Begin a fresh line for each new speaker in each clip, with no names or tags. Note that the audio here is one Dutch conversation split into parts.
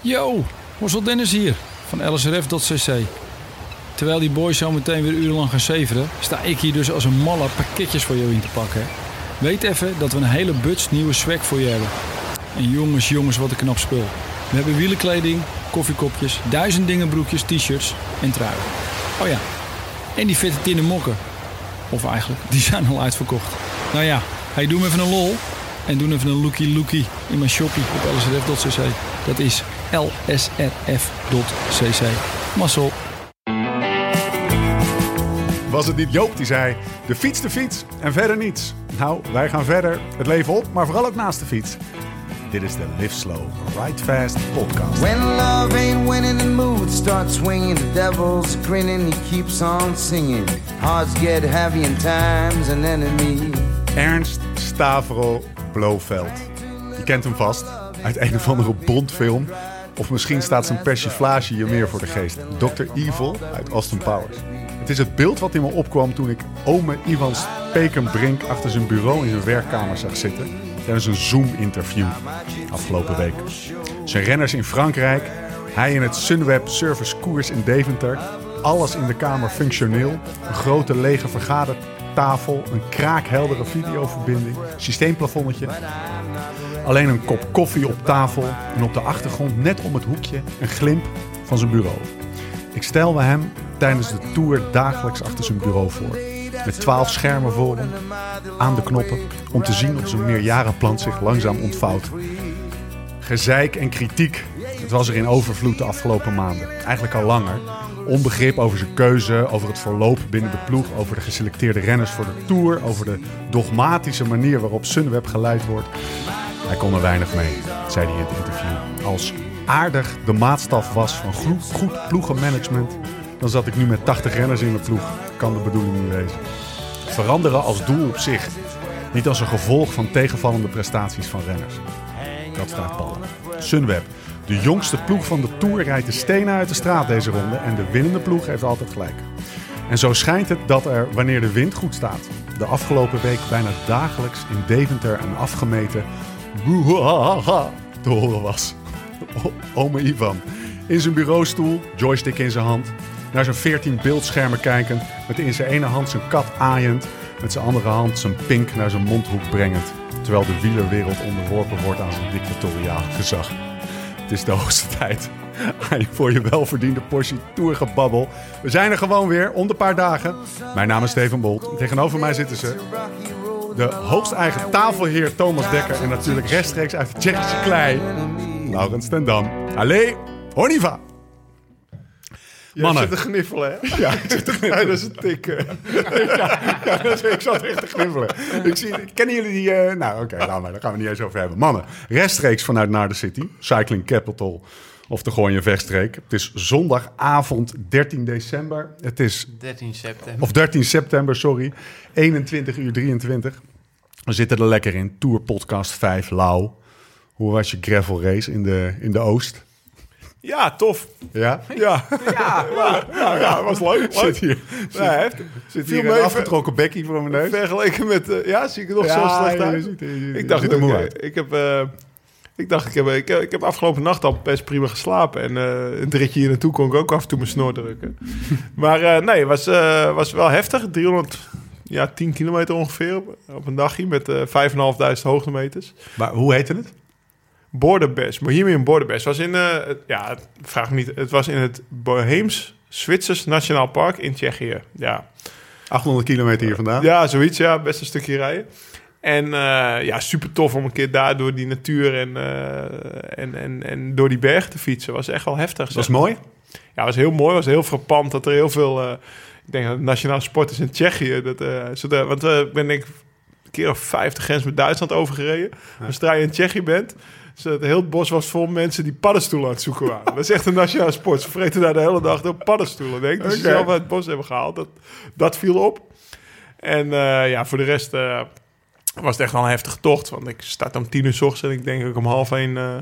Yo, Horsel Dennis hier, van lsrf.cc. Terwijl die boys zo meteen weer urenlang gaan zeveren, sta ik hier dus als een malle pakketjes voor jou in te pakken. Weet even dat we een hele buts nieuwe swag voor je hebben. En jongens, jongens, wat een knap spul. We hebben wielenkleding, koffiekopjes, duizend dingen broekjes, t-shirts en truien. Oh ja, en die fitte tinnen mokken. Of eigenlijk, die zijn al uitverkocht. Nou ja, hey, doe me even een lol. En doe even een lookie lookie in mijn shoppie op lsrf.cc. Dat is lsrf.cc. Mazzel.
Was het niet Joop die zei: de fiets, de fiets en verder niets? Nou, wij gaan verder. Het leven op, maar vooral ook naast de fiets. Dit is de Live Slow, Ride Fast podcast.
When love ain't winning, the mood starts swinging. The devil's grinning, he keeps on singing. Hearts get heavy, and time's an enemy.
Ernst Stavro Blofeld. Je kent hem vast uit een of andere Bondfilm. Of misschien staat zijn persiflage je meer voor de geest. Dr. Evil uit Austin Powers. Het is het beeld wat in me opkwam toen ik ome Ivan Spekenbrink achter zijn bureau in zijn werkkamer zag zitten. Tijdens een Zoom-interview afgelopen week. Zijn renners in Frankrijk, hij in het Sunweb Service Koers in Deventer. Alles in de kamer functioneel. Een grote lege vergadertafel, een kraakheldere videoverbinding, systeemplafonnetje. Alleen een kop koffie op tafel en op de achtergrond, net om het hoekje, een glimp van zijn bureau. Ik stel me hem tijdens de tour dagelijks achter zijn bureau voor. Met twaalf schermen voor hem, aan de knoppen, om te zien of zijn meerjarenplan zich langzaam ontvouwt. Gezeik en kritiek, het was er in overvloed de afgelopen maanden. Eigenlijk al langer. Onbegrip over zijn keuze, over het verloop binnen de ploeg, over de geselecteerde renners voor de tour, over de dogmatische manier waarop Sunweb geleid wordt. Hij kon er weinig mee, zei hij in het interview. Als aardig de maatstaf was van goed, goed ploegenmanagement, dan zat ik nu met 80 renners in de ploeg. Kan de bedoeling niet wezen. Veranderen als doel op zich, niet als een gevolg van tegenvallende prestaties van renners. Dat staat Paul. Sunweb, de jongste ploeg van de Tour, rijdt de stenen uit de straat deze ronde en de winnende ploeg heeft altijd gelijk. En zo schijnt het dat er, wanneer de wind goed staat, de afgelopen week bijna dagelijks in Deventer een afgemeten Woehaha te horen was. O- Ome Ivan. In zijn bureaustoel, joystick in zijn hand. Naar zijn 14 beeldschermen kijkend. Met in zijn ene hand zijn kat aaiend. Met zijn andere hand zijn pink naar zijn mondhoek brengend. Terwijl de wielerwereld onderworpen wordt aan zijn dictatoriale gezag. Het is de hoogste tijd. Aan je voor je welverdiende portie tourgebabbel. We zijn er gewoon weer, om de paar dagen. Mijn naam is Steven Bolt. Tegenover mij zitten ze
Rocky road,
de hoogst eigen tafelheer Thomas Dekker en natuurlijk rechtstreeks uit de Tsjechische klei,
enemy.
Laurens ten Dam. Allee, Horniva. Mannen.
Zit te gniffelen, hè?
Ja, ik zit te
Ja, dat
gniffelen.
is een tik. eh.
Ja, dat is- ik zat echt te gniffelen. Ik zie, kennen jullie die... eh, nou, oké, laat maar. Daar gaan we niet eens over hebben. Mannen, rechtstreeks vanuit Naar de City. Cycling Capital of de Gooien Wegstreek. Het is zondagavond 13 december. Het is
13 september.
Of 13 september, sorry. 21 uur 23. We zitten er lekker in. Tour Podcast 5, Lau. Hoe was je gravel race in de, in de Oost?
Ja, tof.
Ja?
Ja,
Ja, ja was leuk. Zit hier, zit,
ja heeft.
zit
Viel
hier
me
een
even-
afgetrokken bekkie voor mijn neus.
Vergeleken met... eh, ja, zie ik er nog
Ja,
zo slecht
ja,
uit?
je ziet er- je- je
ik dacht,
ziet er moe
oké,
uit.
Ik heb... eh, ik dacht, ik heb, ik, heb, ik heb afgelopen nacht al best prima geslapen. En eh een ritje hier naartoe kon ik ook af en toe mijn snor drukken. maar eh, nee, het was, eh, was wel heftig. 300, ja, 10 kilometer ongeveer op een dagje met eh 5.500 hoogtemeters.
Maar hoe heette het?
Borderbest, Bohemian Borderbest. Was in, eh, het- ja, het- vraag me niet. Het was in het Boheems Zwitsers Nationaal Park in Tsjechië. Ja,
800 kilometer hier vandaan.
ja zoiets. Ja, best een stukje rijden. En eh, ja, super tof om een keer daar door die natuur en, eh, en, en, en door die berg te fietsen. Was echt wel
Dat
heftig.
is
zeg.
mooi.
Ja, was heel mooi. Was heel frappant dat er heel veel... eh, ik denk dat het nationaal sport is in Tsjechië. Dat, eh, zodat- want eh, ik ben denk ik een keer of vijf de grens met Duitsland overgereden. Als je in Tsjechië bent... Zodat heel het bos was vol mensen die paddenstoelen aan het zoeken waren. dat is echt een nationaal sport. Ze vreten daar de hele dag door paddenstoelen, denk ik. Dus ze
Oké.
zelf uit het bos hebben gehaald. Dat, dat viel op. En eh, ja, voor de rest eh, was het echt wel een heftige tocht. Want ik start om tien uur s ochtends en ik denk dat ik om half één... eh,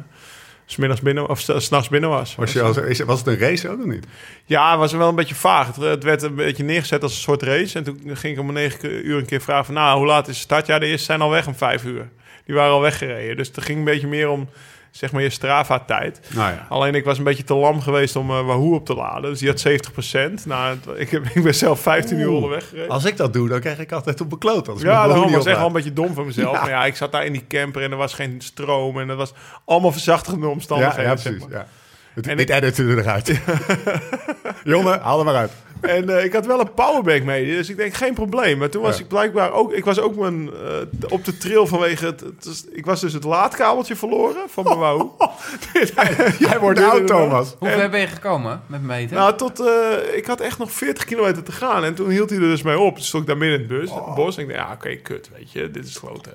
s middags binnen, of s- s'nachts binnen was.
Was, je als, is- was het een race ook of niet?
Ja, het was wel een beetje vaag. Het, het werd een beetje neergezet als een soort race. En toen ging ik om negen uur een keer vragen van... nou, hoe laat is het start? Ja, de eerste zijn al weg om vijf uur. Die waren al weggereden. Dus het ging een beetje meer om... zeg maar je Strava-tijd.
Nou ja.
Alleen ik was een beetje te lam geweest om eh Wahoo op te laden. Dus die had 70%. Nou, het- ik, heb, ik ben zelf 15 uur onderweg gereden.
Als ik dat doe, dan krijg ik altijd op mijn kloot. als ik
Ja,
mijn
daarom
hoodie
was echt wel
oplaad.
een beetje dom van mezelf.
Ja.
Maar ja, ik zat daar in die camper en er was geen stroom. En dat was allemaal verzachtigende
Ja,
omstandigheden.
ja,
zeg
precies.
maar.
Ja. Dit,
En
dit editen we eruit. Jongen, haal hem maar uit.
En eh, ik had wel een powerbank mee, dus ik denk geen probleem. Maar toen was
Ja.
ik blijkbaar ook, ik was ook mijn, eh, op de trail vanwege het, het is- ik was dus het laadkabeltje verloren van mijn wou.
Jij wordt oud, Thomas.
Hoe ver ben je gekomen met meten?
Nou, tot, eh, ik had echt nog 40 kilometer te gaan. En toen hield hij er dus mee op. Toen stond ik daar midden in het bus,
Oh.
bos. En ik dacht, ja, oké, kut, weet je. Dit is kloten.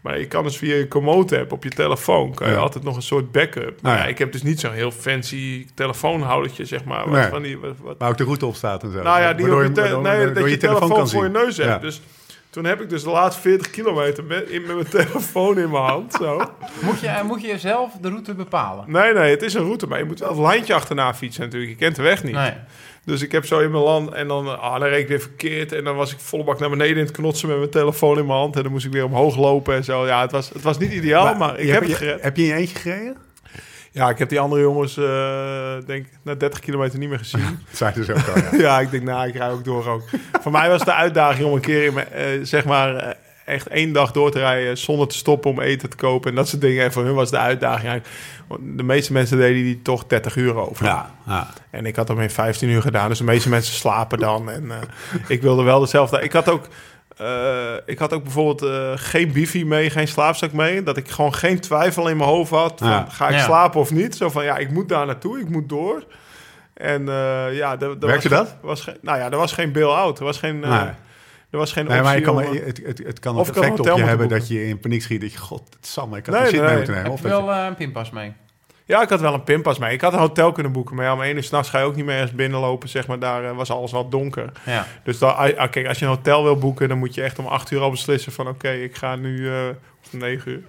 Maar je kan dus via je Komoot-app op je telefoon... kan je
Ja.
altijd nog een soort backup. Maar
ja.
ja, ik heb dus niet zo'n heel fancy telefoonhoudertje, zeg maar. Wat
Nee.
van die, wat- wat-
Maar ook de route op staat en zo.
nou ja, die
Waardoor
op je, te-
waardoor-
nee,
waardoor
dat je, telefoon, voor je
zien.
neus hebt.
Ja.
Dus toen heb ik dus de laatste 40 kilometer met, in, met mijn telefoon in mijn hand. Zo.
Moet, je, eh, moet je zelf de route bepalen?
Nee, nee, het is een route, maar je moet wel het landje achterna fietsen natuurlijk. Je kent de weg niet.
Nee.
Dus ik heb zo in mijn land en dan, ah, dan reed ik weer verkeerd. En dan was ik volle bak naar beneden in het knotsen met mijn telefoon in mijn hand. En dan moest ik weer omhoog lopen en zo. Ja, het was, het was niet ideaal, maar, Dus ik
je-
heb het
je-
gered.
Heb je in je eentje gereden?
Ja, ik heb die andere jongens, eh, denk na 30 kilometer niet meer gezien.
Dat zei dus ook al, ja.
Ja, ik denk, nou, ik rij ook door ook. Voor mij was de uitdaging om een keer, in mijn, eh, zeg maar, eh, echt één dag door te rijden zonder te stoppen om eten te kopen en dat soort dingen. En voor hun was de uitdaging eigenlijk, want de meeste mensen deden die toch 30 uur over.
Ja, ja.
En ik had hem in 15 uur gedaan, dus de meeste mensen slapen dan. En eh, ik wilde wel dezelfde. Ik had ook, eh, ik had ook bijvoorbeeld eh, geen bifi mee, geen slaapzak mee. Dat ik gewoon geen twijfel in mijn hoofd had. Van,
Ja.
Ga ik
Ja.
slapen of niet? Zo van, ja, ik moet daar naartoe, ik moet door. En eh ja, er, er
Werkte
was,
dat?
Was geen, nou ja, er was geen bail-out. Er was geen, eh,
Nee.
er was geen
Nee, maar je
optie
kan,
om,
maar-
eh,
het, het, het kan een
Of ik had een
effect op
hotel
je
moeten
hebben dat
boeken.
je in paniek schiet. Dat je, god, Sam, ik had
Nee,
er shit mee
nee.
moeten nemen.
Heb
Of
je
dat je-
wel eh, een pinpas mee?
Ja, ik had wel een pinpas mee. Ik had een hotel kunnen boeken. Maar ja, om één uur s'nachts ga je ook niet meer eens binnenlopen. Zeg maar, daar eh, was alles wat donker.
Ja.
Dus dan, ah, ah, kijk, als je een hotel wil boeken, dan moet je echt om acht uur al beslissen van... oké, ik ga nu... eh, of om negen uur.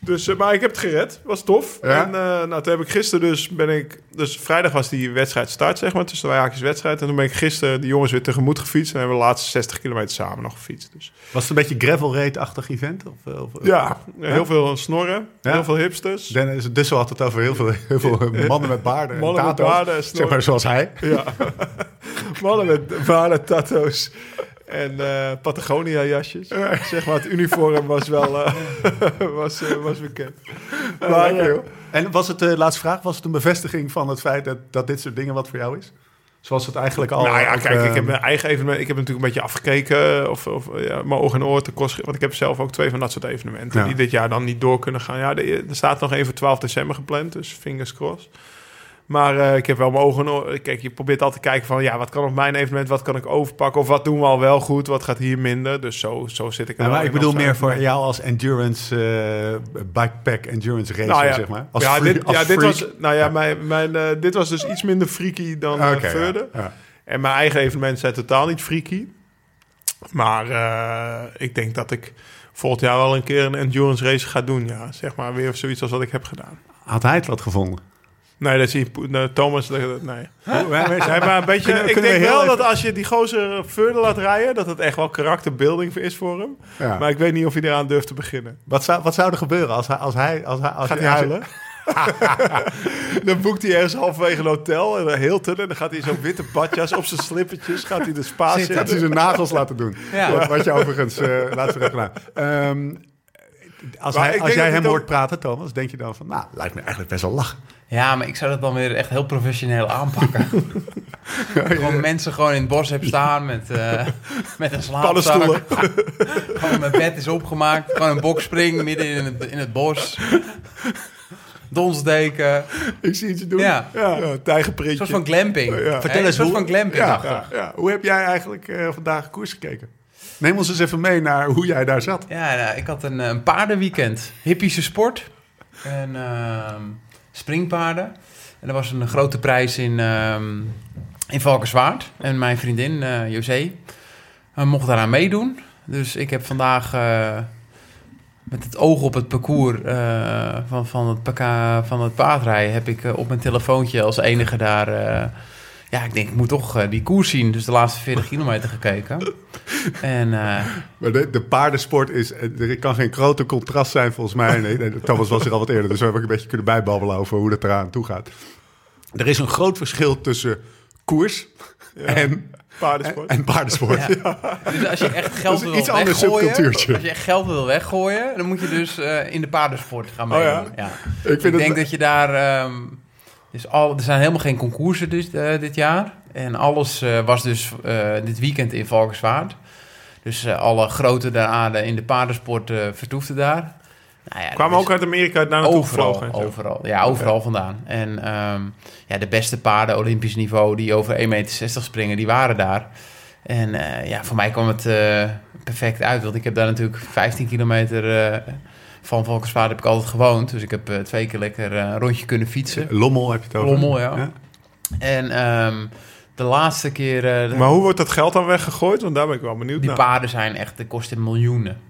Dus, eh, maar ik heb het gered. Was tof.
Ja?
En eh, nou, toen heb ik gisteren dus... Ben ik, dus vrijdag was die wedstrijd start, zeg maar. Tussen de haakjes wedstrijd. En toen ben ik gisteren de jongens weer tegemoet gefietst. En hebben we de laatste 60 kilometer samen nog gefietst. Dus.
Was het een beetje gravel raid-achtig event? Of, eh, of,
Ja, heel veel snorren.
Ja?
Heel veel hipsters.
Dennis Dussel had het over heel veel, heel veel mannen met baarden. en
Mannen met
tato's.
baarden en
Zeg maar zoals hij.
Ja. Mannen met ware tattoos. En Patagonia jasjes. Zeg maar, het uniform was wel eh, was, eh, was bekend.
Maar, eh, en was het, eh laatste vraag, was het een bevestiging van het feit dat, dat dit soort dingen wat voor jou is? Zoals het eigenlijk al...
nou ja,
ook,
kijk,
eh,
ik heb mijn eigen evenement. Ik heb natuurlijk een beetje afgekeken. Of, of ja, mijn oog en oor te kost. Want ik heb zelf ook twee van dat soort evenementen.
Ja.
Die dit jaar dan niet door kunnen gaan. Ja, de- er staat nog één voor 12 december gepland. Dus fingers crossed. Maar eh, ik heb wel mijn ogen en oren. Kijk, je probeert altijd te kijken van... ja, wat kan op mijn evenement, wat kan ik overpakken? Of wat doen we al wel goed, wat gaat hier minder? Dus zo, zo zit ik er
Ja,
wel
maar ik
in
bedoel
als
meer voor
evenement.
jou als endurance, eh, bikepack endurance racer,
Nou ja,
zeg maar. Als
ja,
freak-
dit,
als
ja dit,
freak.
was, nou ja, mijn, mijn, eh, dit was dus iets minder freaky dan eh
Oké, ja,
Verde.
ja.
En mijn eigen evenementen zijn totaal niet freaky. Maar eh, ik denk dat ik volgend jaar wel een keer een endurance race ga doen. Ja, zeg maar weer zoiets als wat ik heb gedaan.
Had hij het wat gevonden?
Nee, dat zie je. nee, Thomas, dat- dat- nee.
Hij
Nee, maar een beetje.
Kunnen-
ik
kunnen we
denk wel
heel even-
dat als je die gozer verder laat rijden, dat het echt wel karakterbuilding is voor hem.
Ja.
Maar ik weet niet of hij eraan durft te beginnen.
Wat zou, wat zou er gebeuren als hij... Als hij als hij als
Gaat hij huilen? dan boekt hij ergens halverwege een hotel en een Hilton. En dan gaat hij in zo'n witte badjas op zijn slippertjes. Gaat hij de spa zitten.
Gaat hij zijn nagels laten doen.
Ja.
Wat, wat je overigens eh laatst weer hebt gedaan. Ehm, als
Maar
hij,
ik denk
als
dat
jij
hij
hem
dan-
hoort praten, Thomas, denk je dan van... Nou, lijkt me eigenlijk best wel lachen.
Ja, maar ik zou dat dan weer echt heel professioneel aanpakken. gewoon mensen gewoon in het bos hebben staan met, eh, met een slaapzak.
Paddenstoelen.
gewoon mijn bed is opgemaakt. Gewoon een bokspring midden in het, in het bos. Donsdeken.
Ik zie iets doen.
Ja,
Ja, ja
een
tijgerprintje.
soort van glamping.
Ja.
Vertel eens een soort van glamping.
Ja,
achter.
ja, ja. Hoe heb jij eigenlijk eh, vandaag koers gekeken? Neem ons eens even mee naar hoe jij daar zat.
Ja, nou, ik had een, eh, een paardenweekend. Hippische sport. En ehm, springpaarden. En er was een grote prijs in, ehm, in Valkenswaard. En mijn vriendin, eh, José, eh, mocht daaraan meedoen. Dus ik heb vandaag eh, met het oog op het parcours eh, van, van, het, paka- van het paardrijden... heb ik eh, op mijn telefoontje als enige daar... eh, Ja, ik denk, ik moet toch eh, die koers zien. Dus de laatste 40 kilometer gekeken. En eh,
Maar de, de paardensport is... eh, Er kan geen groter contrast zijn volgens mij. Nee, nee, Thomas was er al wat eerder, dus we hebben ook een beetje kunnen bijbabbelen over hoe dat eraan toe gaat. Er is een groot verschil tussen koers en, en,
Paardensport.
en paardensport.
Ja. Dus als je echt
Dat
geld
is
wil
iets ander
weggooien,
subcultuurtje.
als je echt geld wil weggooien, dan moet je dus eh, in de paardensport gaan
Oh ja?
meedoen. ja.
Ik vind
Ik
het-
denk dat je daar, ehm, dus al, er zijn helemaal geen concoursen dus, eh, dit jaar en alles eh, was dus eh, dit weekend in Valkenswaard. Dus eh, alle grote der aarde in de paardensport eh vertoefden daar. Nou ja,
Kwamen
dus-
ook uit Amerika daar naartoe
Overal,
gevlogen. en zo.
overal. Ja, overal vandaan. En ehm, ja, de beste paarden, Olympisch niveau, die over 1,60 meter springen, die waren daar. En eh, ja, voor mij kwam het eh, perfect uit. Want ik heb daar natuurlijk 15 kilometer eh, van Valkenswaard heb ik altijd gewoond. Dus ik heb eh, twee keer lekker eh, een rondje kunnen fietsen.
Lommel heb je het over.
Lommel, ja. En ehm, de laatste keer... eh,
Maar hoe nou. wordt dat geld dan weggegooid? Want daar ben ik wel benieuwd
die
naar.
paarden zijn echt, die kosten miljoenen.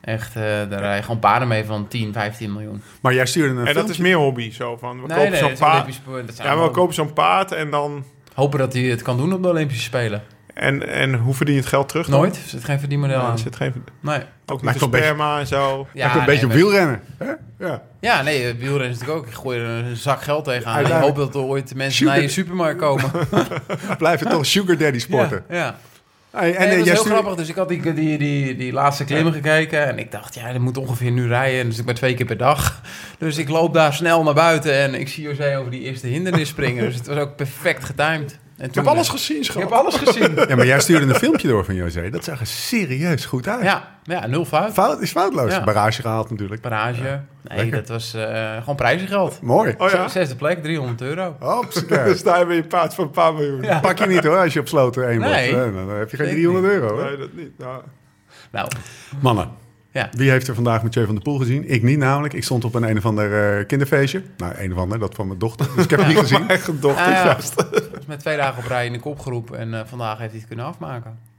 Echt, eh, daar rij je gewoon paarden mee van 10, 15 miljoen.
Maar jij stuurde een
en dat
filmpje.
is meer hobby, zo van, we kopen
dat
zo'n
is
paard.
Olympisch- dat zijn
Ja, maar we
allemaal-
kopen zo'n paard en dan...
Hopen dat hij het kan doen op de Olympische Spelen.
En, en hoe verdien je het geld terug dan?
Nooit. Er zit geen verdienmodel
Ja,
aan.
er zit geen,
Nee.
ook niet
Lijkt
de
wel een beetje-
sperma en zo.
Ja,
een beetje op
nee,
wielrennen. Hè? Ja.
maar- Ja, nee, eh, wielrennen is natuurlijk ook. Ik gooi er een zak geld tegenaan. Ik
Uiteindelijk-
hoop dat er ooit de mensen
Sugar-
naar je supermarkt komen.
Blijven toch sugar daddy sporten.
Ja, ja.
Hey, en
En
eh,
dat is
jij
heel
stuurde-
grappig. Dus ik had die, die, die, die laatste klimmen gekeken. En ik dacht, ja, dat moet ongeveer nu rijden. Dus ik ben twee keer per dag. Dus ik loop daar snel naar buiten. En ik zie José over die eerste hindernis springen. Dus het was ook perfect getimed. En eh,
Ik heb alles gezien,
Ik
schat.
heb alles gezien.
Ja, maar jij stuurde een filmpje door van José. Dat zag er serieus goed uit.
Ja, ja 0-5.
Fout is foutloos.
Ja.
Barrage gehaald natuurlijk.
Parage. Nee,
Lekker.
dat was eh, gewoon prijzengeld.
Mooi.
Oh ja?
Zesde plek, 300 euro.
Hops,
Dus daar hebben je paard van een paar miljoen.
Ja.
Pak je niet hoor, als je op sloten één wordt.
Nee.
Nee, Dan heb je geen
Zeker
300 euro. Hoor.
Nee, dat niet. Nou,
Nou,
Mannen,
Ja.
wie heeft er vandaag Mathieu van der Poel gezien? Ik niet namelijk. Ik stond op een een of ander eh, kinderfeestje. Nou, een of ander, dat van mijn dochter. Dus ik heb het niet gezien.
echt een dochter.
Ah, ja.
juist.
dat is met twee dagen op rij in de kopgroep en eh, vandaag heeft hij het kunnen afmaken.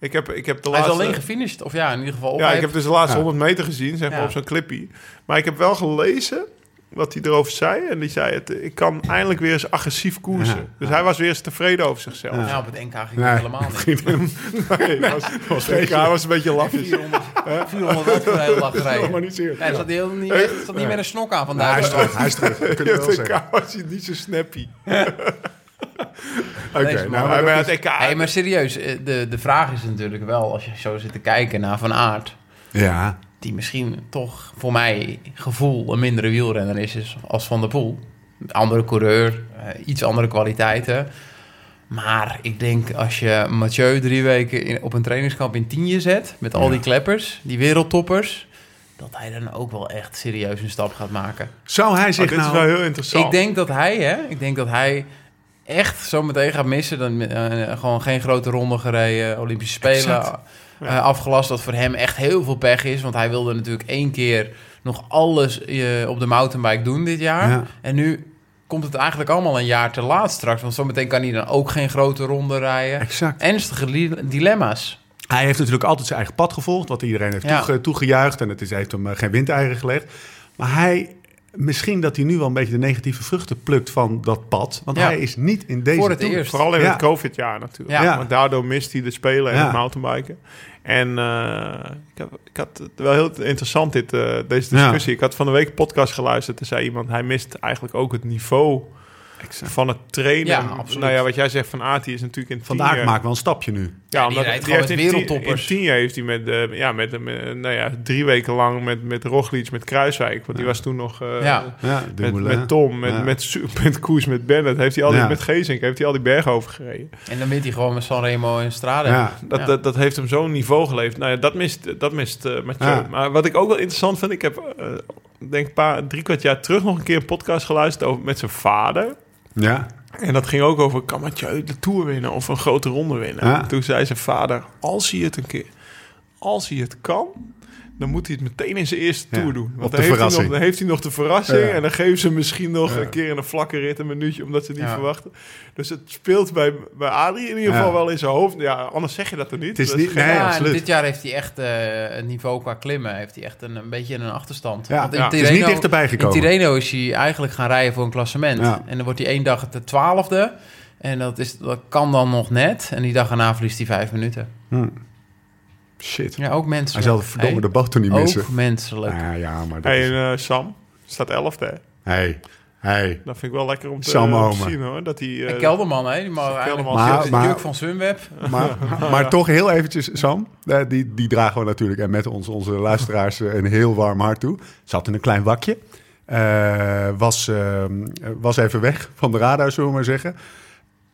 Ik heb, ik heb de
Hij is
laatste...
alleen gefinished, of ja, in ieder geval op.
Ja, ik heb dus de laatste
Ja.
100 meter gezien, zeg maar,
Ja.
op zo'n clippie. Maar ik heb wel gelezen wat hij erover zei. En die zei het, ik kan eindelijk weer eens agressief koersen.
Ja.
Dus hij was weer eens tevreden over zichzelf.
Ja, Nou, op het NK ging
Nee.
het helemaal niet.
Nee, hij was, was, hij was een beetje lafjes.
400 watt voor de hele dag rijden.
Maar niet zeer.
Nee, er zat heel niet, er zat niet meer een snok aan
Nou,
vandaag.
hij is terug, hij is terug. Dat kun je wel
Het
zeggen.
EK was hij niet zo snappy.
Oké,
Deze
nou,
man.
maar
Maar bij
dat
het
is-
EK...
Hey, maar serieus, eh, de, de vraag is natuurlijk wel, als je zo zit te kijken naar Van Aert...
Ja,
die misschien toch voor mij gevoel een mindere wielrenner is, is als Van der Poel. Andere coureur, eh, iets andere kwaliteiten. Maar ik denk als je Mathieu drie weken in- op een trainingskamp in Tienje zet... met al die kleppers, die wereldtoppers... dat hij dan ook wel echt serieus een stap gaat maken.
zou hij
Oh,
zich
dit is
nou...
wel heel interessant.
Ik denk dat hij, hè, ik denk dat hij echt zometeen gaat missen. Dan, eh, gewoon geen grote ronde gereden, Olympische Spelen
Exact.
eh, afgelast. Dat voor hem echt heel veel pech is. Want hij wilde natuurlijk één keer nog alles eh, op de mountainbike doen dit jaar.
Ja.
En nu komt het eigenlijk allemaal een jaar te laat straks. Want zometeen kan hij dan ook geen grote ronde rijden.
Exact.
Ernstige li- dilemma's.
Hij heeft natuurlijk altijd zijn eigen pad gevolgd, wat iedereen heeft
Ja.
toege- toegejuicht. En het is, heeft hem eh, geen windeieren gelegd. Maar hij, misschien dat hij nu wel een beetje de negatieve vruchten plukt van dat pad. Want
Ja.
hij is niet in deze
Voor het
toer-
eerst.
Vooral in
Ja.
het COVID-jaar natuurlijk.
Ja.
Want daardoor mist hij de spelen en
Ja.
het mountainbiken. En eh, ik, heb, ik had het wel heel interessant, dit, eh, deze discussie. Ik had van de week een podcast geluisterd. Er zei iemand, hij mist eigenlijk ook het niveau van het trainen.
Ja, absoluut.
Nou ja, wat jij zegt van Ati is natuurlijk in tien
Vandaag
jaar...
maakt wel een stapje nu.
Ja,
die
omdat
rijdt
die
gewoon
heeft
met
in tien, in
wereldtoppers.
tien jaar heeft hij met, eh, ja, met, eh, met, nou ja, drie weken lang met, met Roglic, met Kruiswijk. Want die was toen nog... eh,
Ja.
Ja,
Met,
Dumoulin.
met Tom, met,
Ja.
met, Su- met Koes, met Bennett. Heeft hij al die,
Ja.
Met Gezink heeft hij al die bergen overgereden.
En dan wint hij gewoon met Sanremo en Strade.
Ja.
Dat,
Ja.
dat, dat heeft hem zo'n niveau geleverd. Nou ja, dat mist, dat mist eh, Mathieu.
Ja.
Maar wat ik ook wel interessant vind... Ik heb, eh, ik denk een paar, drie kwart jaar terug nog een keer een podcast geluisterd over, met zijn vader.
ja.
En dat ging ook over, kan Mathieu de Tour winnen of een grote ronde winnen?
Ja.
En Toen zei zijn vader, als hij het een keer, als hij het kan... Dan moet hij het meteen in zijn eerste
Ja,
tour doen.
op
Want
de
dan heeft, hij nog,
verrassing.
dan heeft hij nog de verrassing.
Ja.
En dan geven ze hem misschien nog
Ja.
een keer in een vlakke rit een minuutje. Omdat ze het niet
Ja.
verwachten. Dus het speelt bij, bij Adrie in ieder geval
Ja.
wel in zijn hoofd. Ja, anders zeg je dat er niet.
Het is
Dat
niet-
geen-
nee,
en
absoluut.
dit jaar heeft hij echt eh, het niveau qua klimmen heeft hij echt een, een beetje een achterstand.
Ja,
Want in
ja, het
is niet dichterbij gekomen.
In Tirreno is hij eigenlijk gaan rijden voor een klassement.
Ja.
En dan wordt hij één dag de twaalfde. En dat, is, dat kan dan nog net. En die dag erna verliest hij vijf minuten.
Hmm. Shit.
Ja, ook
Hij
menselijk.
zal verdomme de boot toen niet
Hey,
missen.
Ook menselijk.
Ah, ja, maar dat
Hey,
is...
en eh, Sam staat elfde, hè?
Hey, hey.
Dat vind ik wel lekker om te, eh,
Sam
om te
Omen.
zien, hoor. Dat die, eh,
en Kelderman, hè? Die mag
Kelderman.
Maar-
eigenlijk maar,
maar-
juk van Sunweb.
Maar, maar toch heel eventjes, Sam. eh, Die, die dragen we natuurlijk en met ons, onze luisteraars eh, een heel warm hart toe. Zat in een klein wakje. Eh, was, eh, was even weg van de radar, zullen we maar zeggen.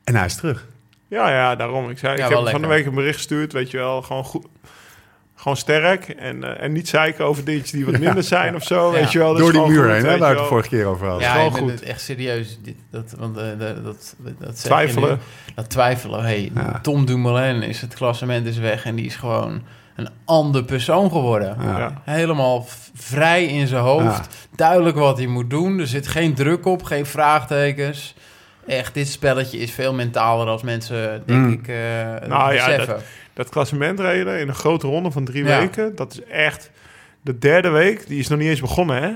En hij is terug.
Ja, ja, daarom. Ik, zei,
Ja,
ik heb
wel
hem van de
lekker.
week een bericht gestuurd, weet je wel. Gewoon goed. Gewoon sterk en, eh, en niet zeiken over dingetjes die wat minder zijn of zo.
Ja.
Weet je wel. Dat
Door
is
die
gewoon
muur
goed,
heen,
weet
hè,
je
waar we het
wel.
vorige keer over hadden.
Ja,
gewoon
ik ben
goed.
het echt serieus. Dit, dat, want, eh, dat, dat, dat zeg je
Twijfelen.
nu. Dat twijfelen. Hey,
Ja.
Tom Dumoulin is het klassement is weg en die is gewoon een ander persoon geworden.
Ja.
Ja.
Helemaal v- vrij in zijn hoofd. Duidelijk wat hij moet doen. Er zit geen druk op, geen vraagtekens. Echt, dit spelletje is veel mentaler als mensen, denk
Mm.
ik, eh
Nou ja,
beseffen.
Dat klassementreden in een grote ronde van drie
Ja.
weken, dat is echt... De derde week, die is nog niet eens begonnen, hè.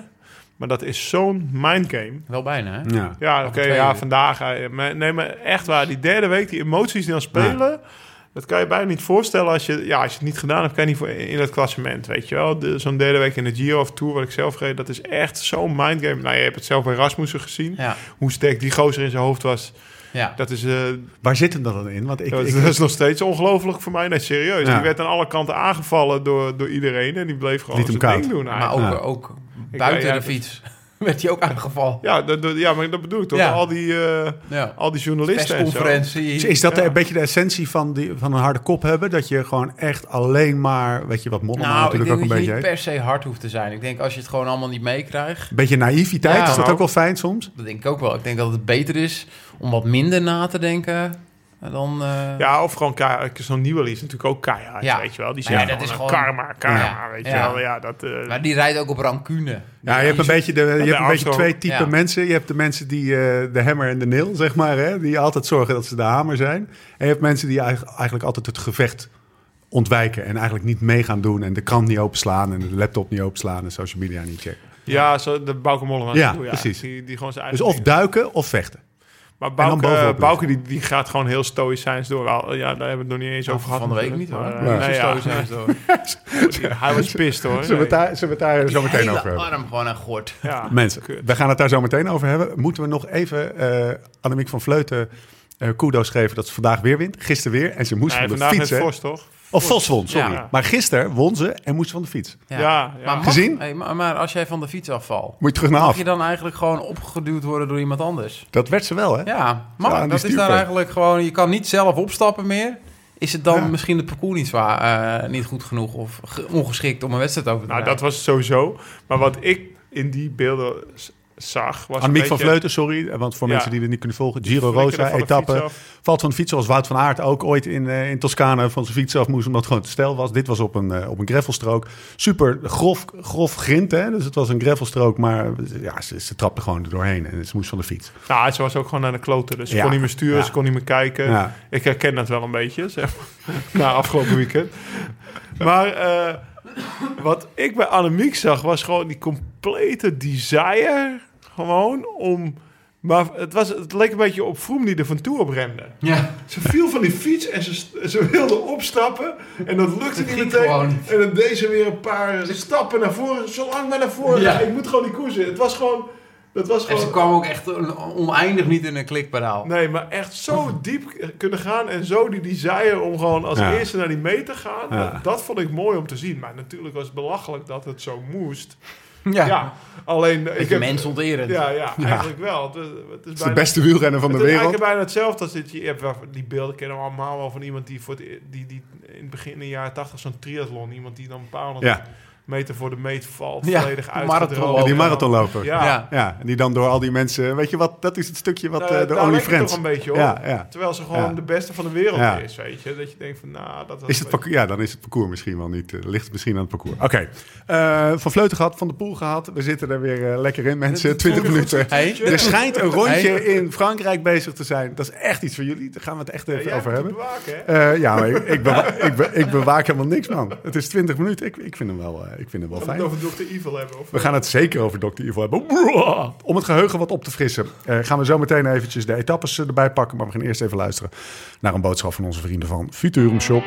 Maar dat is zo'n mindgame.
Wel bijna, hè?
Ja.
Ja, oké,
Over twee
ja,
uur.
vandaag. eh, maar- Nee, maar echt waar, die derde week, die emoties die dan spelen... Dat kan je bijna niet voorstellen als je, ja, als je het niet gedaan hebt, kan je niet voor in het klassement, weet je wel. De- Zo'n derde week in de Giro of Tour, wat ik zelf reed, dat is echt zo'n mindgame. Nou, je hebt het zelf bij Rasmussen gezien,
Ja,
hoe sterk die gozer in zijn hoofd was.
ja.
Dat is, eh,
Waar zit hem dat dan in? Want ik,
dat,
ik,
is dat is nog steeds ongelooflijk voor mij, nee, serieus.
Ja.
Die werd aan alle kanten aangevallen door, door iedereen en die bleef gewoon
Liet hem
zijn
koud.
ding doen.
maar
eigenlijk.
ook,
Ja.
ook
Ik-
buiten
ja,
de
dat-
fiets werd hij ook aangevallen.
Ja, dat, dat- ja, maar dat bedoel ik toch,
Ja.
al, die, eh,
Ja.
al die journalisten en zo.
Persconferentie.
is dat
Ja.
een beetje de essentie van, die, van een harde kop hebben? Dat je gewoon echt alleen maar, weet je wat Mollema
Nou, ik
natuurlijk
denk
ook een
dat je
beetje
niet
heeft.
per se hard hoeft te zijn. Ik denk als je het gewoon allemaal niet meekrijgt,
Een beetje naïviteit,
Ja.
is dat
Nou.
ook wel fijn soms?
dat denk ik ook wel. Ik denk dat het beter is om wat minder na te denken dan... eh,
Ja, of gewoon keihard. Zo'n nieuwe is natuurlijk ook keihard,
Ja.
weet je wel. Die
Maar ja,
zegt
dat
gewoon,
is
eh,
gewoon-
karma, karma,
Ja.
weet je
Ja.
wel. Ja, dat, eh,
Maar die rijdt ook op rancune.
Ja, je hebt een beetje, de, je hebt een
auto.
beetje twee typen
Ja.
mensen. Je hebt de mensen die eh, de hammer en de nail, zeg maar, hè, die altijd zorgen dat ze de hamer zijn. En je hebt mensen die eigenlijk, eigenlijk altijd het gevecht ontwijken en eigenlijk niet mee gaan doen en de krant niet openslaan en de laptop niet openslaan en social media niet checken.
ja, zo de Bauke Mollema.
Ja,
doet,
precies.
Die, die gewoon zijn
Dus
eigen
of
ding.
duiken of vechten.
Maar
dan
Bauke,
bovenop dus.
eh, Bauke die, die gaat gewoon heel stoïcijns door. Wel, Ja, daar hebben we het nog niet eens over gehad.
Van de week
natuurlijk,
niet hoor.
maar,
Ja.
eh, nee, ja. Die- Hij was pist hoor.
Zullen we het
Nee.
daar, zullen we het daar zo meteen over hebben?
arm gewoon aan gort.
Ja.
Mensen,
Kut.
we gaan het daar zo meteen over hebben. Moeten we nog even eh Annemiek van Vleuten eh kudos geven dat ze vandaag weer wint. Gisteren weer. En ze moest
Nee,
van de
vandaag
fiets.
met
hè?
Vos toch?
Of Vos won, sorry.
Ja.
Maar gisteren won ze en moest van de fiets.
Ja.
Ja, ja.
Maar mag-
Gezien?
hey, maar, maar als jij van de fiets afvalt,
Moet je terug naar af.
mag je dan eigenlijk gewoon opgeduwd worden door iemand anders?
Dat werd ze wel, hè?
Ja,
Ja, die
maar dat is
stuurpet.
daar eigenlijk gewoon... Je kan niet zelf opstappen meer. Is het dan
Ja.
misschien het parcours niet, zwaar, eh, niet goed genoeg of ge- ongeschikt om een wedstrijd over te
Nou,
rijden?
dat was het sowieso. Maar wat ik in die beelden s- zag, was
Annemiek
een
van
beetje-
Vleuten, sorry, eh, want voor
Ja.
mensen die dit niet kunnen volgen. Giro
Flikkerde
Rosa,
van de fiets
etappe.
af.
Valt van de fiets, zoals Wout van Aert ook ooit in, eh, in Toscane van zijn fiets af moest, omdat het gewoon te stijl was. Dit was op een, eh, op een gravelstrook. Super grof, grof grind, hè? Dus het was een gravelstrook, maar eh, ja, ze, ze trapte gewoon er doorheen en ze moest van de fiets.
Nou, ze was ook gewoon aan de kloten. Dus ze
Ja.
kon niet meer sturen,
Ja.
ze kon niet meer kijken.
Ja.
Ik herken dat wel een beetje, zeg maar. Na afgelopen weekend. Maar eh, wat ik bij Annemiek zag, was gewoon die complete desire. Gewoon om... Maar het, was, het leek een beetje op Vroom die er van toe op rende.
Ja.
Ze viel van die fiets en ze, ze wilde opstappen. En dat lukte
Het
niet
ging
meteen.
gewoon niet.
En dan deed ze weer een paar stappen naar voren. Zo lang maar naar voren.
Ja.
Ik moet gewoon die koers in. Het was gewoon... Dat was
En
gewoon
ze kwam ook echt een- oneindig niet in een klikparaal.
Nee, maar echt zo diep k- kunnen gaan en zo die desire om gewoon als
Ja.
eerste naar die mee te gaan.
Ja.
Dat, dat vond ik mooi om te zien. Maar natuurlijk was het belachelijk dat het zo moest.
Ja,
Ja, alleen... eh,
ik
heb-
mensonterend.
ja, ja, eigenlijk wel. Het, is- het is
Het is
bijna...
de beste wielrenner van de
het is
wereld.
eigenlijk bijna hetzelfde als dit. Je hebt wel van- die beelden kennen we allemaal wel van iemand die, voor het e- die, die in het begin in de jaren tachtig zo'n triathlon, iemand die dan een paar honderd
Ja.
meter voor de meet valt,
Ja,
volledig
een marathon.
uitgedroogd.
Ja, die
Oh,
marathonloper. Ja.
Ja,
Ja.
en die dan door al die mensen... Weet je wat, dat is het stukje wat
Nou,
eh, door
daar
Only
lijkt het
Friends...
toch een beetje op.
ja, ja.
Terwijl ze gewoon
Ja.
de beste van de wereld
Ja.
is, weet je. Dat je denkt van, nou, dat
Is het
was een beetje-
parcours, ja, dan is het parcours misschien wel niet. eh, ligt het misschien aan het parcours. Oké. Eh, van Vleuten gehad, van de Poel gehad. We zitten er weer eh, lekker in, mensen. 20 minuten.
Hey.
Er schijnt een rondje
Hey.
in Frankrijk bezig te zijn. Dat is echt iets voor jullie. Daar gaan we het echt
Ja,
even
jij
over
moet het
hebben.
bewaken, hè?
Eh, ja, maar ik, ik, bewa- ik, be- ik bewaak helemaal niks, man. Het is 20 minuten. Ik, ik vind hem wel. eh, eh, ik vind het wel
we het
fijn.
over Dr. Evil hebben? Of
We gaan het zeker over Dr. Evil hebben. Brouah! Om het geheugen wat op te frissen, eh, gaan we zo meteen eventjes de etappes eh, erbij pakken. Maar we gaan eerst even luisteren naar een boodschap van onze vrienden van Futurum Shop.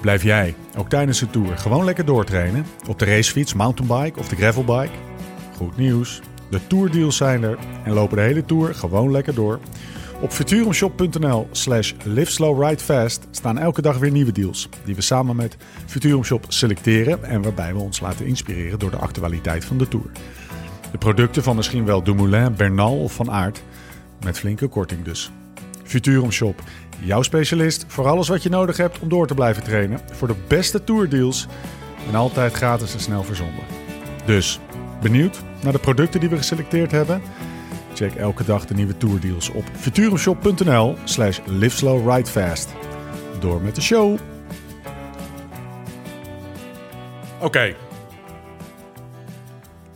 Blijf jij, ook tijdens de tour, gewoon lekker doortrainen? Op de racefiets, mountainbike of de gravelbike? Goed nieuws. De tourdeals zijn er en lopen de hele tour gewoon lekker door. Op futurumshop.nl slash liveslowridefast staan elke dag weer nieuwe deals... die we samen met Futurum Shop selecteren... en waarbij we ons laten inspireren door de actualiteit van de tour. De producten van misschien wel Dumoulin, Bernal of Van Aert... met flinke korting dus. Futurum Shop, jouw specialist voor alles wat je nodig hebt om door te blijven trainen... voor de beste tourdeals en altijd gratis en snel verzonden. Dus, benieuwd naar de producten die we geselecteerd hebben... Check elke dag de nieuwe tourdeals op futurumshop.nl slash liveslowridefast. Door met de show! Oké.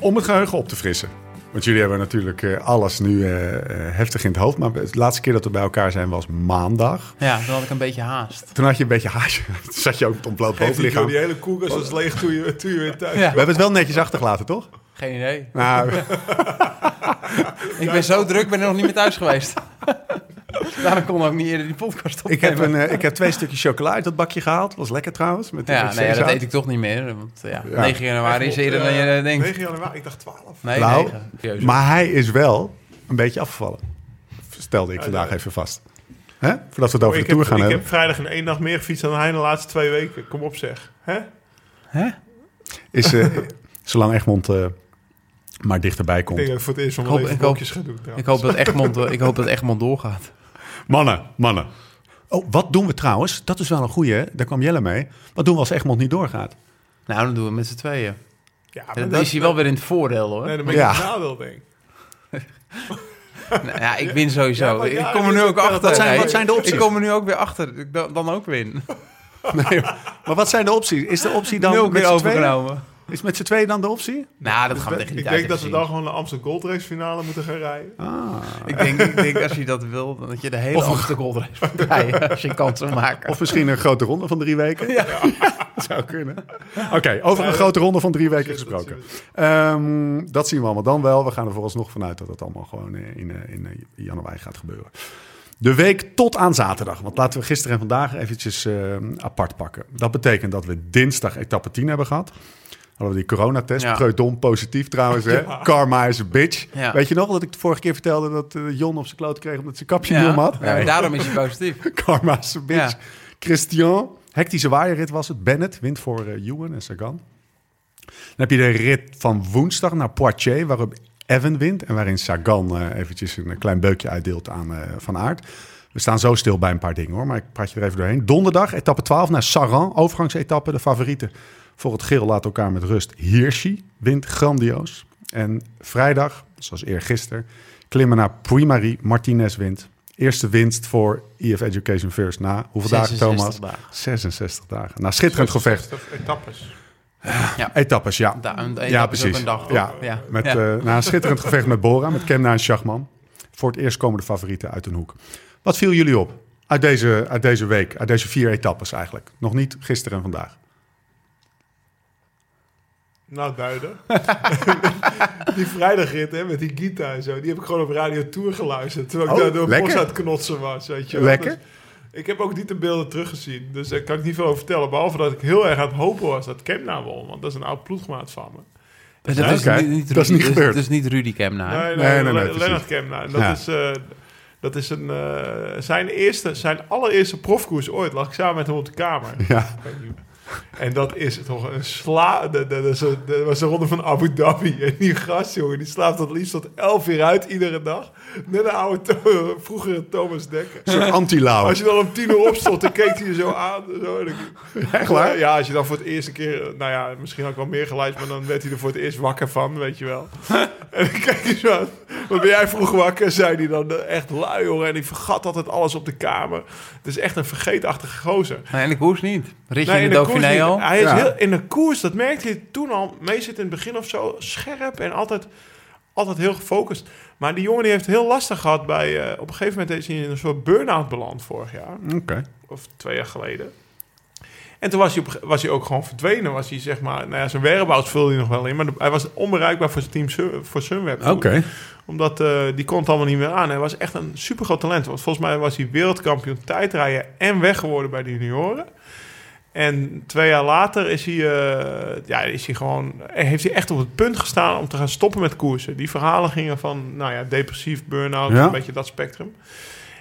Om het geheugen op te frissen. Want jullie hebben natuurlijk eh, alles nu eh, eh, heftig in het hoofd. Maar de laatste keer dat we bij elkaar zijn was maandag.
Ja, toen had ik een beetje haast.
Toen had je een beetje haasje. Toen zat je ook op het ontbloot
die,
bovenlichaam.
die hele koelkast was leeg toen je, toen je weer thuis
Ja.
We hebben het wel netjes achtergelaten, toch?
Geen idee.
Nou,
Ik ben zo druk, ben er nog niet meer thuis geweest. Daarom kon ook niet eerder die podcast
ik,
opnemen.
heb een, eh, ik heb twee stukjes chocola uit dat bakje gehaald. Was lekker trouwens. Met
Ja,
met
nee, dat
zeezout.
eet ik toch niet meer. Want ja,
Ja.
9 januari is eerder dan je eh, denkt.
9 januari, ik dacht 12.
Nee,
Blauw.
negen. Serieus.
Nou, Maar hij is wel een beetje afgevallen. Stelde ik vandaag even vast. Hè? Voordat we het over
Oh, ik
de Tour
heb,
gaan
ik
hebben.
heb vrijdag in één dag meer gefietst dan hij in de laatste twee weken. Kom op zeg. Hè?
Hè?
Is, eh, zolang Egmond eh, maar dichterbij
Ik denk
komt.
dat ik voor het eerst van
Ik
mijn
hoop-
leven
ik hoop-
blokjes ga doen. trouwens.
Ik hoop dat Egmond, ik hoop dat Egmond doorgaat.
Mannen, mannen. Oh, wat doen we trouwens? Dat is wel een goeie, hè? daar kwam Jelle mee. Wat doen we als Egmond niet doorgaat?
Nou, dan doen we met z'n tweeën.
Ja, maar
Dan
dat-
is hij wel weer in het voordeel, hoor.
Nee, dan ben ik
Ja.
een nadeel, denk ik.
Nou, ja, ik win sowieso.
Ja, maar ja,
ik kom er nu
dat-
ook achter.
wat zijn-
Nee,
wat zijn de opties?
Ik kom er nu ook weer achter. Ik dan, dan ook win.
Nee, maar wat zijn de opties? Is de optie dan
Nul
met
keer
z'n tweeën?
overgenomen.
Is met z'n tweeën dan de optie?
Nou, dat gaan we tegen die
Ik
tijd
denk dat we
even
dan gewoon de Amsterdam Gold Race finale moeten gaan rijden.
Ah.
zien. Ik denk, ik denk als je dat wil, dan dat je de hele
Of-
obstacle race moet rijden. Als je kans wil maken.
Of misschien een grote ronde van drie weken. Ja. Dat zou kunnen. Oké, over een grote ronde van drie
Dus
weken gesproken. Ehm, dat zien we allemaal dan wel. We gaan er vooralsnog vanuit dat het allemaal gewoon eh, in, eh, in eh, januari gaat gebeuren. De week tot aan zaterdag. Want laten we gisteren en vandaag eventjes ehm, apart pakken. Dat betekent dat we dinsdag etappe 10 hebben gehad. Hadden we die coronatest.
Ja.
Preudon positief trouwens. Hè? Karma is a bitch.
Ja.
Weet je nog dat ik de vorige keer vertelde dat eh, Jon op zijn kloot kreeg omdat zijn kapje niet
ja.
om had?
Ja,
Nee.
daarom is hij positief.
Karma's bitch.
Ja.
Christian. Hectische waaierrit was het. Bennett wint voor eh Ewan en Sagan. Dan heb je de rit van woensdag naar Poitiers, waarop Evan wint. En waarin Sagan eh, eventjes een klein beukje uitdeelt aan eh, Van Aert. We staan zo stil bij een paar dingen hoor, maar ik praat je er even doorheen. Donderdag, etappe 12 naar Saran. Overgangsetappe, de favorieten voor het geel laat elkaar met rust. Hirschi wint grandioos. En vrijdag, zoals eergisteren, klimmen naar Primari. Martinez wint. Eerste winst voor EF Education First na hoeveel dagen,
66
Thomas?
dagen.
66 dagen. Nou, schitterend gevecht.
Etappes.
Etappes, ja.
Da- een-
ja,
een dag is ook
precies.
een dag, toch?
ja.
Ja.
Met,
Ja.
eh, na een schitterend gevecht met Bora, met Kemna en Schachman. Voor het eerst komen de favorieten uit een hoek. Wat viel jullie op uit deze, uit deze week, uit deze vier etappes eigenlijk? Nog niet gisteren en vandaag.
Nou, duiden. die vrijdagrit hè, met die Gita en zo, die heb ik gewoon op Radio Tour geluisterd. Terwijl ik
Oh,
daar door het bos
lekker.
aan het knotsen was. Weet je wel.
Lekker.
Dus ik heb ook niet de beelden teruggezien, dus daar kan ik niet veel over vertellen. Behalve dat ik heel erg aan het hopen was dat Kemna won, want dat is een oud ploegmaat van me.
Dat,
Ja,
is
oké.
niet, niet
Dat is
Rudy-
niet gebeurd.
Dus niet Rudy Kemna. hè?
Nee,
Nee, nee, nee,
Le-
precies.
Lennart Kemna. En dat
Ja.
is, eh, dat is een, eh, zijn, eerste, zijn allereerste profkoers ooit. Lag ik samen met hem op de kamer.
Ja.
Ik weet niet. En dat is toch een sla... Dat dat is een- dat was de ronde van Abu Dhabi. En die gast, jongen, die slaapt het liefst tot elf uur uit iedere dag. Net een oude to- vroegere Thomas Dekker.
Een soort anti-lauw.
Als je dan om tien uur opstond, dan keek hij je zo aan. Zo, en ik-
Echt waar?
Ja, als je dan voor het eerste keer... Nou ja, misschien had ik wel meer geluisterd, maar dan werd hij er voor het eerst wakker van, weet je wel. en dan keek hij zo aan. Wat ben jij vroeg wakker? Zei hij dan eh, echt lui, hoor. En hij vergat altijd alles op de kamer. Het is echt een vergeetachtige gozer.
Nee, en de koers niet. Ritje
Nee,
in de,
koers
Dauphiné
niet.
al.
Hij is
Ja.
heel, in de koers, dat merkte je toen al. Mee zit in het begin of zo scherp en altijd, altijd heel gefocust. Maar die jongen die heeft het heel lastig gehad bij... eh, op een gegeven moment is hij in een soort burn-out beland vorig jaar.
Oké.
Of twee jaar geleden. En toen was hij, op, was hij ook gewoon verdwenen. Was hij, zeg maar, nou ja, zijn whereabouts vulde hij nog wel in. Maar de- hij was onbereikbaar voor zijn team Sun- voor Sunweb.
Oké.
toen. Omdat eh, die kon het allemaal niet meer aan. Hij was echt een supergroot talent. Want volgens mij was hij wereldkampioen tijdrijden en weg geworden bij de junioren. En twee jaar later is hij, eh, ja, is hij gewoon, heeft hij echt op het punt gestaan om te gaan stoppen met koersen. Die verhalen gingen van nou ja, depressief, burn-out,
Ja.
een beetje dat spectrum.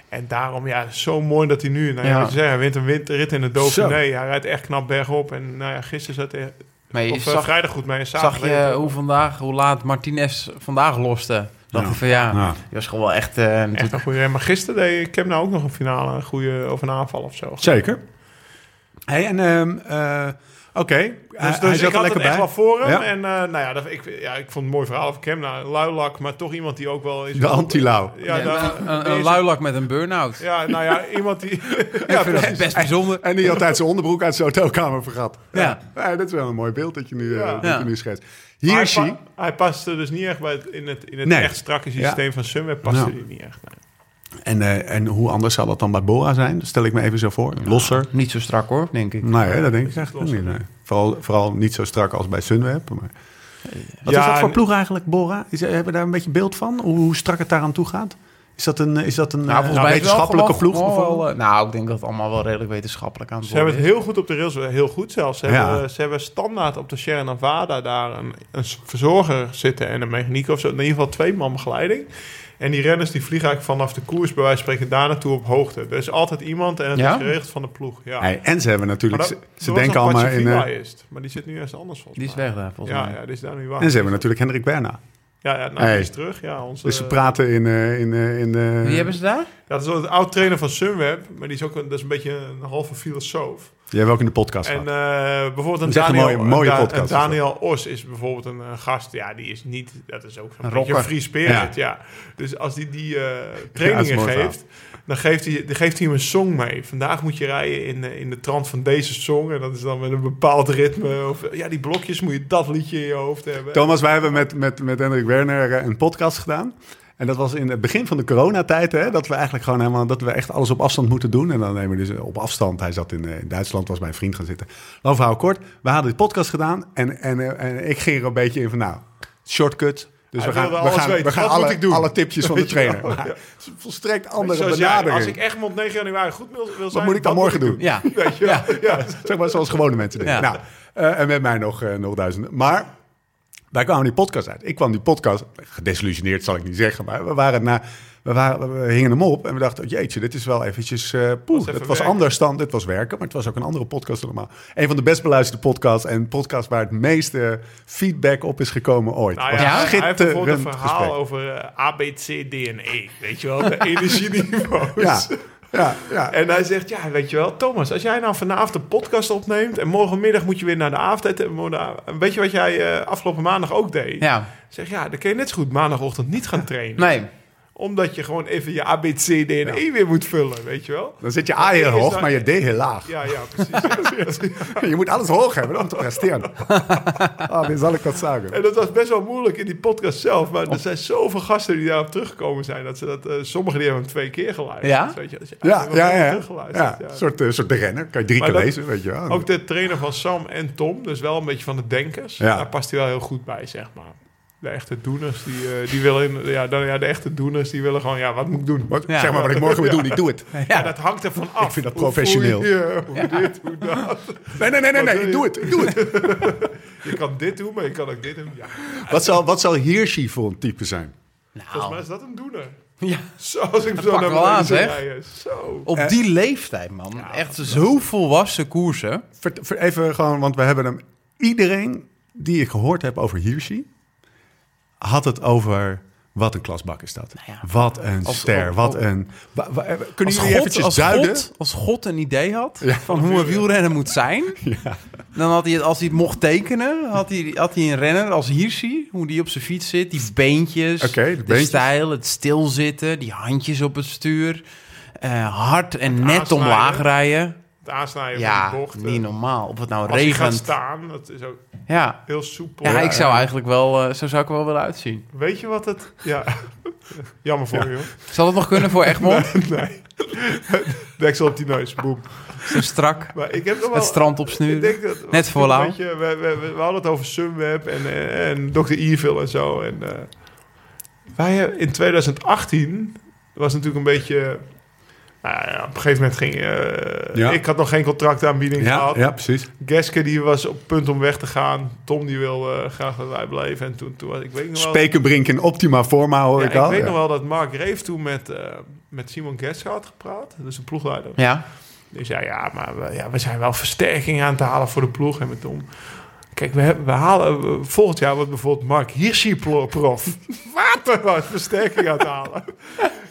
En daarom, ja, zo mooi dat hij nu, nou ja,
Ja.
wat je zei, hij wint een win- rit in de
Zo.
Dauphiné. Hij rijdt echt knap bergop. En nou ja, gisteren zat hij,
Maar je
of eh,
zag,
vrijdag goed mee en zaterdag
zag je
beter.
hoe, vandaag, hoe laat Martinez vandaag loste? Dacht
Ja.
ik van ja,
Ja.
die was gewoon wel echt... eh, natuurlijk-
Echt een goede Maar gisteren deed ik heb nou ook nog een finale, een goede of een aanval of zo.
Zeker. Hey, en ehm, eh, oké, hij,
Dus,
hij
dus
zat
ik
er
had het
lekker
echt
bij.
wel voor hem.
Ja.
En eh, nou ja, dat, ik, ja, ik vond het een mooi verhaal van Cam. Nou, luilak, maar toch iemand die ook wel... Is
De anti-lauw.
Ja,
Ja,
daar-
een, een,
deze-
luilak met een burn-out.
Ja, nou ja, iemand die...
ik vind het best bijzonder.
En die had tijd zijn onderbroek uit zijn hotelkamer vergat.
Ja.
Ja, dat is wel een mooi beeld dat je nu, eh,
Ja.
dat
Ja.
je nu schetst.
Maar
Hier
hij
is
pa-
hij.
Hij paste dus niet echt bij het, in het, in het
Nee.
echt strakke
Ja.
systeem van Sunweb. Paste
Nou.
die niet echt. Nee.
En, eh, en hoe anders zal dat dan bij Bora zijn? Dat stel ik me even zo voor. Losser.
Niet zo strak hoor, denk ik.
Nee, hè, dat denk ik eigenlijk
losser.
niet. nee. Vooral, vooral niet zo strak als bij Sunweb. Maar... Wat
Ja,
is dat voor
en-
ploeg eigenlijk, Bora? Is, eh, hebben we daar een beetje beeld van? Hoe, hoe strak het daaraan toe gaat? Is dat een, is dat een
Nou,
eh,
Nou, is het wel
wetenschappelijke
gewoon-
ploeg?
Oh,
gewoon wel,
bijvoorbeeld?
eh, nou, ik denk dat het allemaal wel redelijk wetenschappelijk aan het
Ze hebben
worden
het
is.
heel goed op de rails, eh, heel goed zelfs. Ze,
Ja.
hebben, eh, ze hebben standaard op de Sierra Nevada daar een, een verzorger zitten en een mechaniek of zo. In ieder geval twee man begeleiding. En die renners die vliegen eigenlijk vanaf de koers, bij wijze van spreken, daar naartoe op hoogte. Er is altijd iemand en het
Ja?
is geregeld van de ploeg. Ja.
Hey, en ze hebben
Maar
natuurlijk...
dat-
ze-
er
ze
was
denken
nog
allemaal in...
Pacifila
eh,
eerst, maar die zit nu ergens anders volgens
Die is
mij.
weg daar, volgens
Ja,
mij.
ja, die is daar nu waar.
en ze hebben natuurlijk Hendrik Berna.
Ja, ja, nou,
Hey.
die is terug. Ja, onze,
Dus ze praten in... eh, in, eh, in eh,
Wie hebben ze daar?
ja, dat is een oud trainer van Sunweb, maar die is ook een, dat is een beetje een halve filosoof.
Die hebben we ook in de podcast
En
gehad.
eh, bijvoorbeeld een
Dat is echt een
Daniel,
mooie- mooie
een Da-
podcast
een
is dat.
Daniel Os is bijvoorbeeld een, eh, gast. Ja, die is niet... Dat is ook zo'n
Een
beetje
rocker.
free spirit, ja. Dus als die die eh, trainingen
mooi verhaal.
geeft... Dan geeft, hij, dan geeft hij hem een song mee. Vandaag moet je rijden in, eh, in de trant van deze song. En dat is dan met een bepaald ritme. Of, ja, die blokjes moet je dat liedje in je hoofd hebben.
Thomas, wij hebben met, met, met Hendrik Werner eh, een podcast gedaan. En dat was in het begin van de coronatijd. Hè, dat we eigenlijk gewoon helemaal, dat we echt alles op afstand moeten doen. En dan nemen we dus op afstand. Hij zat in, eh, in Duitsland, was mijn vriend gaan zitten. Lang verhaal kort. We hadden die podcast gedaan. En, en, eh, en ik ging er een beetje in van, nou, shortcut. Dus
Hij
we gaan,
wilde
we
alles
gaan,
weten.
we gaan
Wat moet
alle,
ik doen?
alle tipjes van de
Weet je wel,
trainer. Maar
ja.
het is een volstrekt
Weet je,
andere
zoals jij, als
benadering.
ik echt op 9 januari goed wil, wil zijn...
moet ik dan
wat
morgen
moet ik
doen?
Ja.
Weet je wel? ja.
Zeg maar zoals gewone mensen denken.
Ja.
Nou, eh, en met mij nog, eh, nog duizenden. Maar wij kwamen die podcast uit. Ik kwam die podcast, gedesillusioneerd zal ik niet zeggen, maar we, waren na, we, waren, we hingen hem op en we dachten, jeetje, dit is wel eventjes, eh poeh,
even
het was
werken.
anders dan, dit was werken, maar het was ook een andere podcast dan normaal. Een van de best beluisterde podcasts en een podcast waar het meeste feedback op is gekomen ooit.
Nou
Was
ja,
Ja?
hij- hij heeft bijvoorbeeld een
schitterend
verhaal
gesprek.
over eh, A, B, C, D en E. Weet je wel, de
Ja,
energieniveaus.
ja, ja.
En hij zegt, ja, weet je wel, Thomas, als jij nou vanavond een podcast opneemt... en morgenmiddag moet je weer naar de avondtijd... en morgen- weet je wat jij eh, afgelopen maandag ook deed?
Ja.
Zeg, ja, dan kun je net zo goed maandagochtend niet gaan trainen.
Nee.
Omdat je gewoon even je A, B, C, D en E weer moet vullen, weet je wel?
Dan zit je A heel
Is
hoog,
dat-
maar je D heel laag.
Ja, ja, precies. Ja.
Je moet alles hoog hebben om te presteren. Ah, dit zal ik wat zagen.
En dat was best wel moeilijk in die podcast zelf. Maar er zijn zoveel gasten die daarop teruggekomen zijn. Dat ze dat, eh, sommigen die hebben hem twee keer geluisterd.
Ja?
Dus weet je, dat is-
Ja,
hebben
ja,
hem
ja.
teruggeluisterd,
ja. Een soort, eh, soort de renner. Kan je drie
Maar
keer
dat-
lezen, weet je wel.
Ook de trainer van Sam en Tom, dus wel een beetje van de denkers.
Ja.
Daar past hij wel heel goed bij, zeg maar. De echte doeners, die, eh, die willen... Ja, dan, ja, de echte doeners, die willen gewoon... Ja, wat moet ik doen?
Wat-
Ja.
Zeg maar wat ik morgen weer doe, ik doe het.
Ja, dat hangt ervan af.
vind dat
Hoe voel
professioneel.
je, hoe dit, hoe dat.
Nee, nee, nee, nee, nee, ik doe het. Ik doe het.
Je kan dit doen, maar je kan ook dit doen. Ja,
Wat zal, wat zal Hirschi voor een type zijn?
volgens
Nou.
mij is dat een doener.
Ja.
Zo, als ik zo
pakt
naar
wel aan,
beneden zou
zeg.
rijden. Zo.
Op die leeftijd, man. echt zo volwassen koersen.
Vert- ver- Even gewoon, want we hebben hem... Iedereen die ik gehoord heb over Hirschi... had het over... Wat een klasbak is dat.
ja.
Wat een
Als-
ster.
als-
wat een... wa- wa- kunnen
Als
jullie
God,
eventjes
als,
duiden?
God, als God een idee had van hoe een wielrenner moet zijn... dan had hij het, als hij het mocht tekenen, had hij, had hij een renner als Hirschi... hoe die op zijn fiets zit, die beentjes,
Oké, de
de
beentjes.
stijl, het stilzitten... die handjes op het stuur, eh, hard en net
aansnijden.
omlaag rijden.
Het aansnijden van
Ja,
die bochten.
niet normaal. Of het nou
Als je gaat
regent.
staan, dat is ook
Ja.
heel soepel.
Ja, ik zou eigenlijk wel, eh, zo zou ik er wel willen uitzien.
Weet je wat het... Ja. Jammer voor je, hoor.
Zal dat nog kunnen voor Egmond?
Nee. Deksel op die neus, boem.
Zo strak.
Maar ik heb nog wel...
Het strand
ik
opsnuren.
denk dat,
Net voor Lau.
Weet je, we, we, we hadden het over Sunweb en, en, en Dr. Evil en zo. En, eh, wij hebben- in 2018 was natuurlijk een beetje... Nou ja, op een gegeven moment ging... eh,
Ja.
Ik had nog geen contractaanbieding
Ja,
gehad.
ja, precies.
Geske die was op punt om weg te gaan. Tom die wil eh, graag dat wij blijven. En toen, toen was ik weet nog wel...
Spekenbrink in optima forma hoor
Ja,
ik al.
weet
Ja.
nog wel dat Mark Reef toen met, eh, met Simon Geske had gepraat. Dat is een ploegleider.
Ja,
Die zei, ja, maar we, ja, we zijn wel versterking aan het halen voor de ploeg. En met Tom... Kijk, we, hebben- we halen... we- volgend jaar wordt bijvoorbeeld Mark Hirschi plo- prof. Water was versterking aan het halen.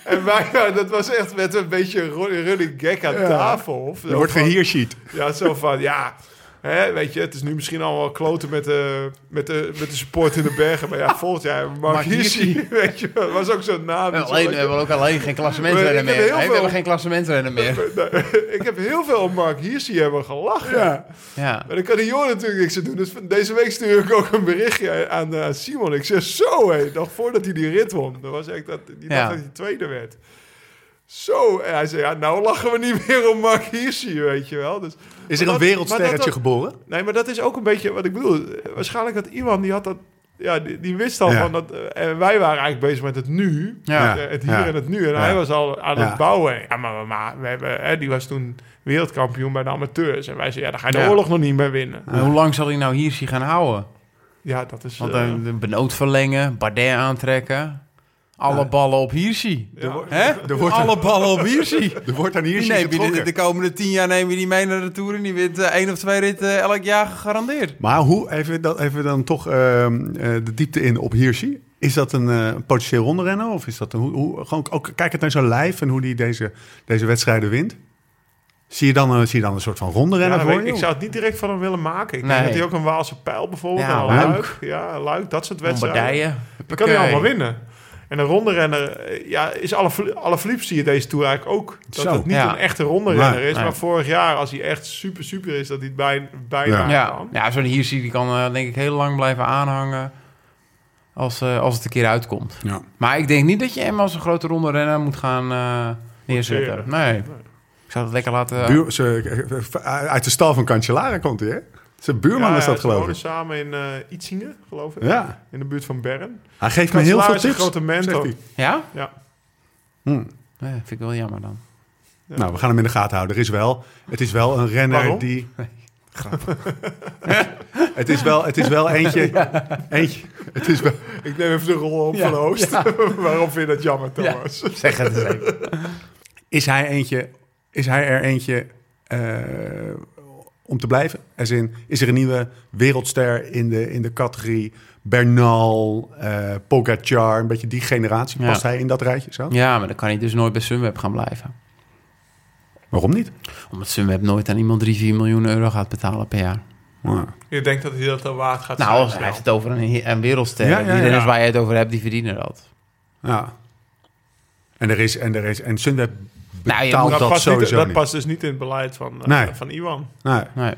en wij, ja, dat was echt met een beetje een ru- running gag aan tafel. Of,
Er wordt
van-
gehiersheet.
ja, zo van, ja... Hè, weet je, het is nu misschien allemaal kloten met de, met de, met de support in de bergen. Maar ja, volgend jaar Mark
Mark Hirschi.
Hirschi, weet je, was ook zo'n
we
naam. die
hebben
zo-
alleen, we hebben ook alleen geen klassementrennen
Ik heb
meer.
heel
Nee,
veel-
we hebben geen klassementrennen meer.
Nee, ik heb heel veel om Mark Hirschi hebben gelachen.
Ja.
Maar dan kan die jongen natuurlijk niks aan doen. Dus van deze week stuur ik ook een berichtje aan eh, Simon. Ik zeg, zo hé, nog voordat hij die rit won. Dat was echt dat, die
Ja.
dag dat hij tweede werd. Zo, en hij zei, ja, nou lachen we niet meer om Mark Hirschi, weet je wel. Dus,
Is er
Maar dat-
een
maar dat-
wereldsterretje
dat-
geboren?
Nee, maar dat is ook een beetje wat ik bedoel. Waarschijnlijk had iemand, die had dat... Ja, die, die wist al
Ja.
van dat... eh, En wij waren eigenlijk bezig met het nu.
Ja.
Het, eh, het hier
Ja.
en het nu. En hij was al aan
Ja.
het bouwen. Ja, maar, maar, maar we hebben, hè, die was toen wereldkampioen bij de amateurs. En wij zeiden, ja, daar ga je de
Ja.
oorlog nog niet meer winnen.
Maar Hoe lang zal hij nou hier gaan houden?
Ja, dat is...
Want
eh,
dan de benoot verlengen, Bardet aantrekken. Alle ballen op Hirsi.
ja.
Hè?
wordt-
Alle ballen op Hirsi.
Er wordt aan
Die
Hirschi
neem je de,
getrokken.
de komende tien jaar nemen we die mee naar de Tour... en die wint eh, één of twee ritten elk jaar gegarandeerd.
Maar hoe, even, dat, even dan toch ehm, eh, de diepte in op Hirschi. Is dat een eh, een potentieel rondrennen? Of is dat een, hoe, hoe, gewoon ook kijkend naar zijn lijf en hoe die deze, deze wedstrijden wint? Zie je dan, een- zie je dan een soort van
Ja,
rondrenner
dat
voor
weet ik,
je?
ik zou het niet direct van hem willen maken. Ik
Nee.
denk dat hij ook een Waalse pijl bijvoorbeeld.
Ja,
en een
Luik.
luik. Ja, luik, dat soort wedstrijden.
Bombardijen.
Dan kan hij allemaal winnen. En een ronde renner, ja, is alle, alle zie je deze Tour eigenlijk ook. Dat
Zo.
het niet
Ja.
een echte ronde renner
Nee,
is.
nee.
Maar vorig jaar, als hij echt super, super is, dat hij het bijna, bijna
Ja.
Ja,
kan.
ja zo'n Hirsi die kan eh, denk ik heel lang blijven aanhangen... Als, eh, als het een keer uitkomt.
Ja.
Maar ik denk niet dat je hem als een grote ronde renner moet gaan eh, neerzetten.
Forceren.
Nee. Ik zou het lekker laten...
Buur- ze- eh, uit de stal van Cancellara komt hij, hè? Zijn buurman
Ja,
is dat,
ze
geloof
wonen
ik.
samen in eh Ietsingen, geloof ik.
Ja.
In de buurt van Bern.
Hij geeft me heel
Kanselaar
veel
is een
tips.
grote mentor.
zegt hij.
Ja?
Ja.
Hm.
Nee, vind ik wel jammer dan.
Ja.
Nou, we gaan hem in de gaten houden. Er is wel, het is wel een renner
Waarom?
die... het, is wel, het is wel eentje... eentje het is wel,
Ik neem even de rol op
Ja.
van de host. Waarom vind je dat jammer, Thomas?
Zeg het eens even.
is, hij eentje, is hij er eentje eh, om te blijven? Als in, is er een nieuwe wereldster in de, in de categorie Bernal, eh Pogacar, een beetje die generatie?
Ja.
Past hij in dat rijtje zo?
Ja, maar dan kan hij dus nooit bij Sunweb gaan blijven.
Waarom niet?
Omdat Sunweb nooit aan iemand 3, 4 miljoen euro gaat betalen per jaar.
Ja.
Je denkt dat hij dat al waard gaat
Nou, als hij heeft het over een, he- een wereldster.
Ja, ja,
Die renners
ja.
waar je het over hebt, die verdienen dat.
Ja. En er is, en er is, en Sunweb
Nou, je
betaalt
moet-
dat,
dat,
past niet-
sowieso
dat
niet.
past dus niet in het beleid van, eh,
Nee.
van Iwan.
Nou,
Nee.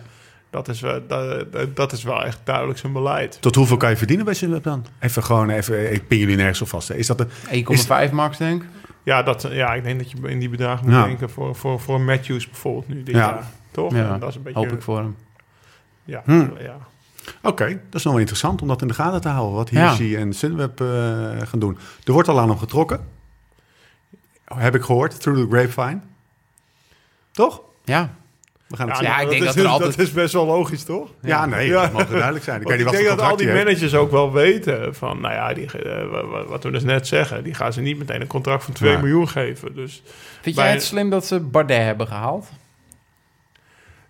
Dat is, wel- dat, dat- dat is wel echt duidelijk zijn beleid.
tot hoeveel kan je verdienen bij Sunweb dan? Even gewoon, even, ik pin jullie nergens op vast. hè. Is dat de,
1,5 max, denk ik.
Ja, dat, ja, ik denk dat je in die bedragen moet
Ja.
denken voor, voor, voor Matthews bijvoorbeeld nu dit
Ja.
jaar. Toch?
Ja,
En dat is een beetje...
Hoop ik Hm. voor hem.
Ja,
Hmm.
ja.
Oké, dat is nog wel interessant om dat in de gaten te houden. Wat
Ja.
Hirschi en Sunweb eh, gaan doen. Er wordt al aan hem getrokken. Heb ik gehoord, through the grapevine. Toch?
Ja.
We gaan het
Ja,
zien.
ik
dat
denk
is,
dat er altijd-
is best wel logisch, toch?
Ja, nee, dat mag duidelijk zijn. Ik
Want
weet
Ik,
niet wat
denk
voor
dat al
contract
die
hij heeft.
managers ook wel weten van... Nou ja, die, eh, wa- wa- wat we dus net zeggen. Die gaan ze niet meteen een contract van 2
Nee.
miljoen geven. Dus
Vind
Bij-
jij het slim dat ze Bardet hebben gehaald?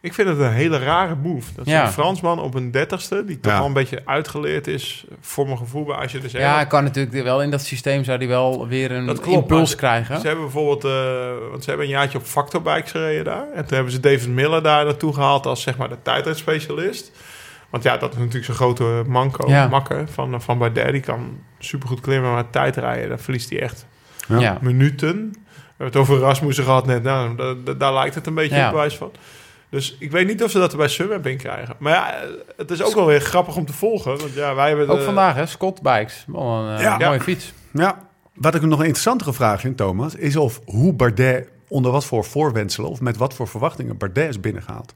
ik vind het een hele rare move. Dat
Ja.
zo'n Fransman op een dertigste... die toch
Ja.
al een beetje uitgeleerd is... voor mijn gevoel, maar als je dus...
Ja, hij kan natuurlijk wel in dat systeem zou hij wel weer een
Dat klopt,
impuls
maar-
krijgen.
Ze hebben bijvoorbeeld, eh, want ze hebben een jaartje op factorbikes gereden daar. En toen hebben ze David Miller daar naartoe gehaald als zeg maar de tijdritspecialist. Want ja, dat is natuurlijk zo'n grote manco,
Ja.
makker van, van Bardet. Die kan supergoed klimmen, maar tijdrijden, daar verliest hij echt
Ja.
Ja. Ja.
minuten. We hebben het over Rasmussen gehad net. Nou, da- da- daar lijkt het een beetje
Ja.
op wijs van. Dus ik weet niet of ze dat er bij Sunweb in krijgen. Maar ja, eh, het is ook wel weer grappig om te volgen. Want ja, wij hebben...
Ook
de-
vandaag, hè? Scott Bikes. Wel een eh,
Ja.
mooie fiets.
Ja, wat ik nog een interessantere vraag vind, Thomas, is of hoe Bardet onder wat voor voorwenselen of met wat voor verwachtingen Bardet is binnengehaald.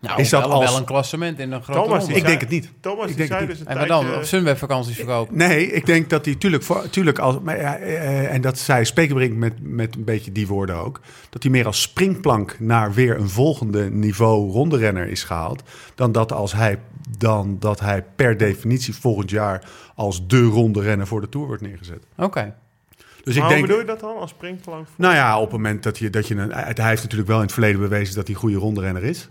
Nou,
Is dat
wel,
als-
wel een klassement in een grote
Thomas,
ronde.
die
Ik denk het niet.
Thomas,
Ik
die
denk
zei
het
dus een
En wat dan?
tijdje-
Op Sunweb-vakanties verkopen.
Nee, ik denk dat hij tuurlijk, voor- tuurlijk als, maar ja, eh, en dat zij Spekenbrink met, met een beetje die woorden ook, dat hij meer als springplank naar weer een volgende niveau ronderenner is gehaald, dan dat, als hij, dan dat hij per definitie volgend jaar als de ronderenner voor de Tour wordt neergezet.
Oké.
Dus
Maar
ik
hoe
denk,
bedoel je dat dan als springplank? voor-
nou ja, op het moment dat je, dat je een, hij heeft natuurlijk wel in het verleden bewezen dat hij een goede ronderenner is.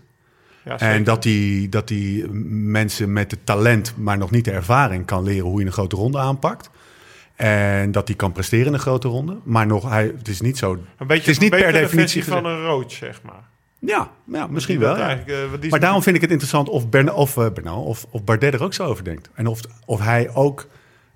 Ja,
En
zeker.
dat die, dat die mensen met het talent, maar nog niet de ervaring kan leren hoe je een grote ronde aanpakt. En dat die kan presteren in een grote ronde. Maar nog, hij, het is niet zo.
een beetje,
het is niet
een
per
betere
definitie.
versie van een rood, zeg maar.
Ja, ja, misschien
Die
wel.
dat
ja.
eigenlijk, eh, want die
Maar
is-
daarom vind ik het interessant of, Bern, of, eh, Bernal, of, of Bardet er ook zo over denkt. En of, of hij ook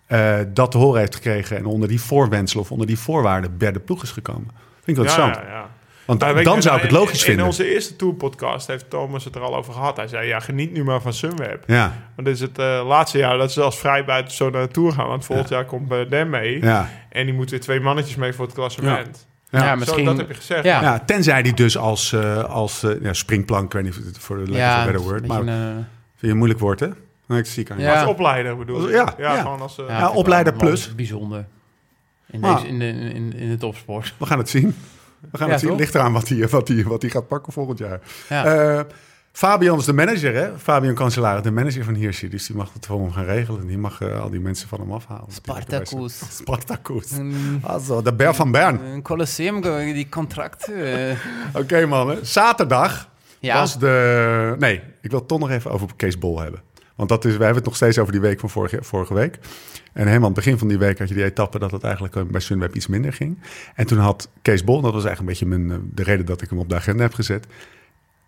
eh, dat te horen heeft gekregen. En onder die voorwenselen of onder die voorwaarden bij de ploeg is gekomen. Vind ik wel
ja,
interessant.
ja, ja.
Want
Maar weet je,
dan zou ik het
in-
logisch vinden.
In onze eerste Tour-podcast heeft Thomas het er al over gehad. Hij zei, ja, geniet nu maar van Sunweb.
Ja,
Want dit is het eh, laatste jaar dat ze als vrijbuiten zo naar de Tour gaan. Want volgend jaar komt eh Dan mee.
ja.
En die moet weer twee mannetjes mee voor het klassement.
Ja,
Ja,
misschien...
Zo, dat heb je gezegd.
Ja.
Ja, tenzij die dus als, eh, als eh, ja, springplank, ik weet niet of het voor de lack of a better word, maar vind
een,
je een moeilijk woord, hè? Nee, ik zie het
Ja.
Als opleider bedoel ik.
Ja, ja.
gewoon als... eh,
ja,
ja.
vind ik
opleider
wel een
plus.
Bijzonder. In,
Maar-
deze, in, de, in, in de topsport.
We gaan het zien. We gaan
Ja,
het zien.
toch?
Ligt eraan wat hij wat die, wat die gaat pakken volgend jaar.
Ja.
Eh, Fabian is de manager, hè? Fabian Cancellara, de manager van Hirschi. Dus die mag het voor hem gaan regelen. Die mag eh, al die mensen van hem afhalen.
Spartacus.
Spartacus.
Een,
Also, de Ber van Bern.
een Colosseum, eh, die contract. eh,
Oké, mannen. Zaterdag
ja,
was de... Nee, ik wil het toch nog even over Kees Bol hebben. Want dat is, we hebben het nog steeds over die week van vorige, vorige week. En helemaal aan het begin van die week had je die etappe dat het eigenlijk eh, bij Sunweb iets minder ging. En toen had Kees Bol, dat was eigenlijk een beetje mijn, eh, de reden dat ik hem op de agenda heb gezet.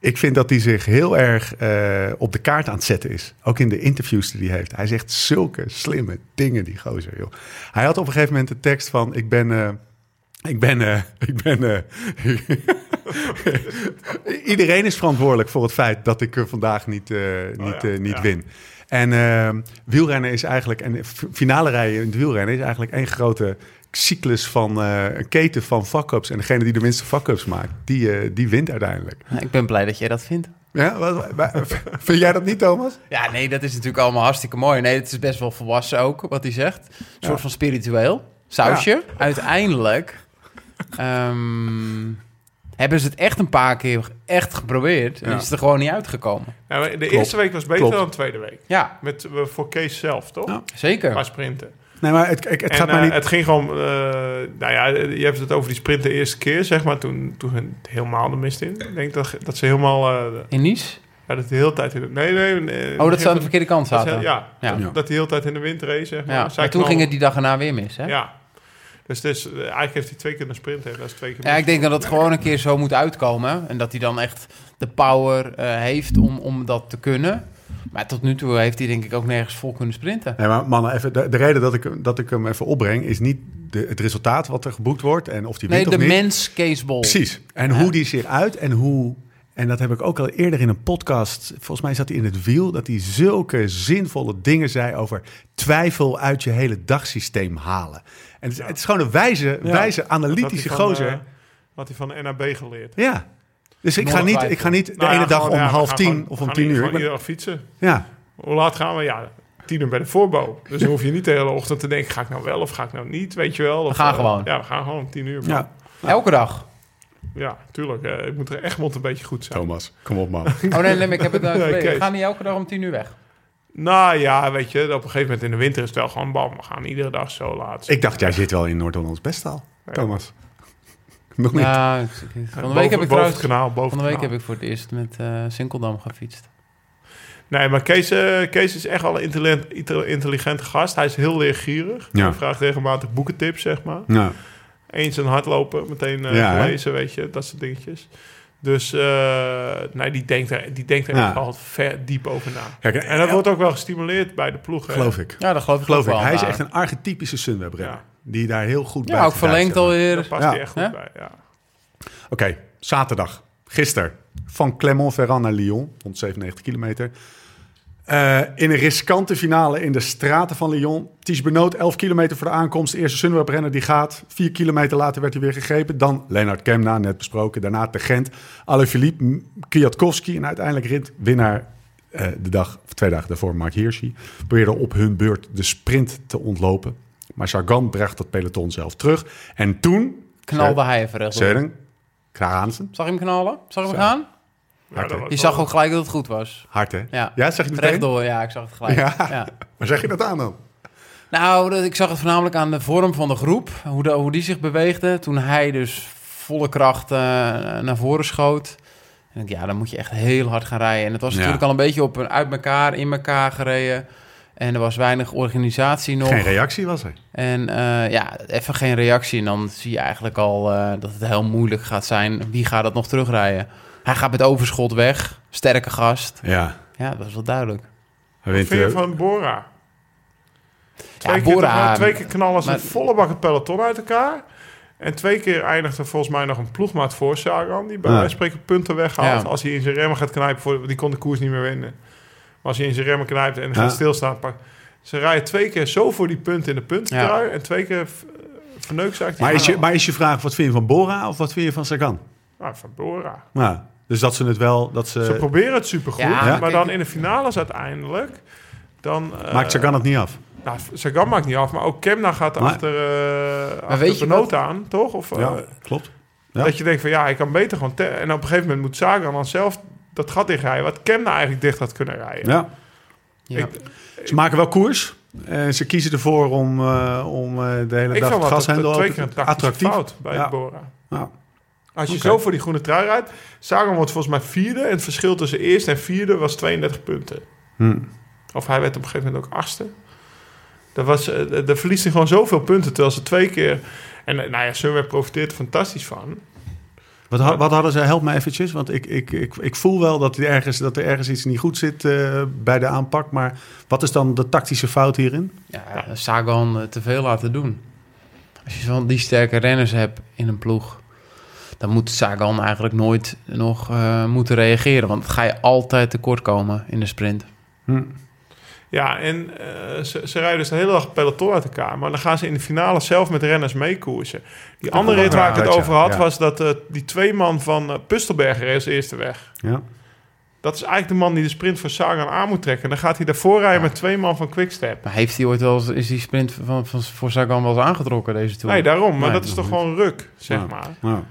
Ik vind dat hij zich heel erg eh, op de kaart aan het zetten is. Ook in de interviews die hij heeft. Hij zegt zulke slimme dingen, die gozer, joh. Hij had op een gegeven moment de tekst van... Ik ben... eh, ik ben... eh, ik ben... eh, Iedereen is verantwoordelijk voor het feit dat ik eh, vandaag niet, eh, niet,
ja,
eh, niet
ja.
win. En eh, wielrennen is eigenlijk, en f- finale rijden in het wielrennen is eigenlijk één grote cyclus van eh, een keten van fuck-ups. En degene die de minste fuck-ups maakt, die, eh, die wint uiteindelijk.
ik ben blij dat jij dat vindt.
Ja, wat- wa- vind jij dat niet, Thomas?
Ja, nee, dat is natuurlijk allemaal hartstikke mooi. Nee, het is best wel volwassen ook, wat hij zegt. Een soort van spiritueel sausje. Uiteindelijk ehm, hebben ze het echt een paar keer echt geprobeerd. En
Ja.
is het er gewoon niet uitgekomen.
maar de eerste week was beter
Klopt.
dan de tweede week.
Ja,
Met, eh, voor Kees zelf, toch?
Ja.
zeker.
Qua sprinten.
Nee, maar het, ik- het
En,
gaat mij
eh,
niet...
het ging gewoon... eh, nou ja, je hebt het over die sprint de eerste keer, zeg maar. Toen, toen ging het helemaal de mist in. Ik denk dat, dat ze helemaal... eh,
In Nice?
ja, dat de hele tijd in de... Nee, nee. nee
Oh, dat ze aan de
dat-
verkeerde kant
dat ze-
zaten.
Ja,
Ja.
Ja.
dat de hele tijd in de wind race, zeg maar.
Ja, maar
Zij
toen
knalden-
ging het die dag erna weer mis, hè?
Ja. Dus, het is eh, eigenlijk heeft hij twee keer een sprint hebben. Dat is twee keer
Ja,
mis.
ik denk dat het gewoon een keer zo moet uitkomen. En dat hij dan echt de power eh, heeft om, om dat te kunnen. Maar tot nu toe heeft hij denk ik ook nergens vol kunnen sprinten.
Nee, maar mannen, even, de, de reden dat ik, dat ik hem even opbreng is niet de, het resultaat wat er geboekt wordt en of die
Nee,
wint
de
of niet.
mens Kees Bol.
Precies. En
Ja.
hoe die zich uit en hoe. En dat heb ik ook al eerder in een podcast. Volgens mij zat hij in het wiel. Dat hij zulke zinvolle dingen zei over twijfel uit je hele dagsysteem halen. En het, is- het is gewoon een wijze,
Ja.
wijze
Wat had
analytische
hij van,
gozer.
eh, wat hij van NAB geleerd.
ja. Dus ik
Nul
ga, niet,
twijfel.
ik ga niet de
Nou ja,
ene dag
gewoon,
om
ja, we
half
gaan
tien
gewoon-
of om
gaan
tien
ieder-
uur. Ik
gewoon
ben-
iedere dag fietsen.
ja.
Hoe laat gaan we? Ja, tien uur bij de voorbouw. Dus dan hoef je niet de hele ochtend te denken... ga ik nou wel of ga ik nou niet, weet je wel. Of,
We gaan
eh,
gewoon.
Ja, we gaan gewoon om tien uur. Ja,
ja.
Nou. Elke dag. Oh,
ja tuurlijk. eh, ik moet er echt een beetje goed zijn.
Thomas, kom op man.
Oh nee, nee, maar ik heb het nou
Nee,
gelezen.
Kees.
We gaan niet elke dag om tien uur weg.
Nou ja, weet je, op een gegeven moment in de winter is het wel gewoon bam. We gaan iedere dag zo laat.
ik dacht, jij zit wel in Noord-Hollands besttaal. Thomas. Nog niet.
Ja, het- het-
Eh,
van de
boven-
week heb Nou, ik
boven
trouwens...
het kanaal, boven
Van de
het
week heb
kanaal.
ik voor het eerst met eh Sinkeldam gefietst.
Nee, maar Kees, eh, Kees is echt wel een intelligent, intel- intelligente gast. Hij is heel leergierig.
Ja.
Hij vraagt regelmatig boekentips, zeg maar.
Nou,
Eens een hardlopen, meteen eh,
Ja, hè?
lezen, weet je. Dat soort dingetjes. Dus eh, nee, die denkt er, die denkt er
Ja.
echt al ver diep over na.
Kijk,
En dat wordt ook wel gestimuleerd bij de ploeg. hè.
geloof ik.
Ja, dat eh, geloof ik
Geloof ik.
ook wel.
Hij is
maar-
echt een archetypische Sunweb-renner.
Ja.
Die daar heel goed bij
Ja, ook
gedaan
verlengd
zijn.
Daar
alweer.
past
Ja.
hij echt goed
Ja?
bij, ja.
Oké, zaterdag. Gisteren. Van Clermont-Ferrand naar Lyon. 197 kilometer. Eh, in een riskante finale in de straten van Lyon. Ties Benoot, 11 kilometer voor de aankomst. De eerste Sunweb-renner die gaat. Vier kilometer later werd hij weer gegrepen. Dan Lennart Kemna, net besproken. Daarna de Gent. Alaphilippe, M- Kwiatkowski. En uiteindelijk rit winnaar eh, de dag, of twee dagen daarvoor, Mark Hirschi. Probeerde op hun beurt de sprint te ontlopen. Maar Sagan bracht dat peloton zelf terug. En toen...
Knalde hij even rechtdoor.
Søren Kraansen.
Zag je hem knallen? Zag je hem gaan?
Ja, dat was
Je
wel-
zag ook gelijk dat het goed was.
Hard, hè?
Ja.
zeg je het meteen?
Rechtdoor, ja, ik zag het gelijk.
Ja.
Ja.
Maar zeg je dat aan dan?
Nou, dat- ik zag het voornamelijk aan de vorm van de groep. Hoe, de- hoe die zich beweegde. Toen hij dus volle kracht eh, naar voren schoot. En ik, ja, dan moet je echt heel hard gaan rijden. En het was
Ja.
natuurlijk al een beetje op een, uit elkaar, in elkaar gereden. En er was weinig organisatie nog.
Geen reactie was er.
En eh, ja, even geen reactie. En dan zie je eigenlijk al eh, dat het heel moeilijk gaat zijn. Wie gaat dat nog terugrijden? Hij gaat met overschot weg. Sterke gast.
Ja.
Ja, dat is wel duidelijk.
Hij wint,
Vind je
eh,
van Bora? Twee,
ja,
keer,
Bora,
twee keer knallen ze
maar-
volle bak het peloton uit elkaar. En twee keer eindigt er volgens mij nog een ploegmaat voor Sagan. Die bij
Ja.
wijze van spreken punten weghaalt.
Ja.
Als hij in zijn remmen gaat knijpen. Voor, want die kon de koers niet meer winnen. Maar als hij in zijn remmen knijpt en gaat
Ja.
stilstaan. Pak, ze rijden twee keer zo voor die punten in de puntentrui. En twee keer v- verneukt ze eigenlijk die
Maar is, je,
aanhang.
maar is je vraag, wat vind je van Bora of wat vind je van Sagan?
Nou, van Bora.
Nou, dus dat ze het wel, dat
Ze
ze,
proberen het supergoed.
Ja,
Eh, Ja.
Maar
kijk,
dan in de finales uiteindelijk... Dan, eh,
maakt Sagan het niet af.
Nou, Sagan maakt niet af, maar ook Kemna gaat
Maar-
achter, eh
weet
achter
je
Benoot aan, toch? Of, eh,
klopt. ja.
Dat je denkt van ja, ik kan beter gewoon... te- En op een gegeven moment moet Sagan dan zelf dat gat dichtrijden... wat Kemna eigenlijk dicht had kunnen rijden.
Ja.
Ja.
Ik-
Ze maken wel koers. En ze kiezen ervoor om, eh, om eh, de hele
Ik
dag
vond
het
dat het
gashendel
twee
open
keer
te-
een tactische fout bij
Ja.
Bora.
Ja.
Als je
Oké.
zo voor die groene trui rijdt... Sagan wordt volgens mij vierde... en het verschil tussen eerste en vierde was 32 punten.
Hm.
Of hij werd op een gegeven moment ook achtste. Dat was, eh, eh, daar verliest hij gewoon zoveel punten... terwijl ze twee keer... En eh, nou ja, Sunweb profiteert er fantastisch van...
Wat, ha- wat hadden ze? Help me eventjes, want ik, ik, ik, ik voel wel dat er, ergens, dat er ergens iets niet goed zit eh, bij de aanpak. Maar wat is dan de tactische fout hierin?
Ja, Sagan eh, te veel laten doen. Als je van die sterke renners hebt in een ploeg, dan moet Sagan eigenlijk nooit nog eh, moeten reageren. Want dan ga je altijd tekort komen in de sprint.
Hm.
Ja, en eh, ze, ze rijden dus de hele dag peloton uit elkaar. Maar dan gaan ze in de finale zelf met renners meekoersen. Die
Dat
andere
komt
rit
wel
waar ik
uit,
het
ja.
over had,
Ja.
was dat eh, die twee man van eh, Pustelberger is eerste weg.
Ja.
Dat is eigenlijk de man die de sprint voor Sagan aan moet trekken. En dan gaat hij daarvoor rijden met twee man van Quickstep.
Maar heeft hij ooit wel eens, is die sprint van, van, voor Sagan wel eens aangetrokken deze tour?
Nee, daarom. Maar
Nee,
dat is
nog
toch
niet.
gewoon ruk, zeg
Ja.
maar.
Ja.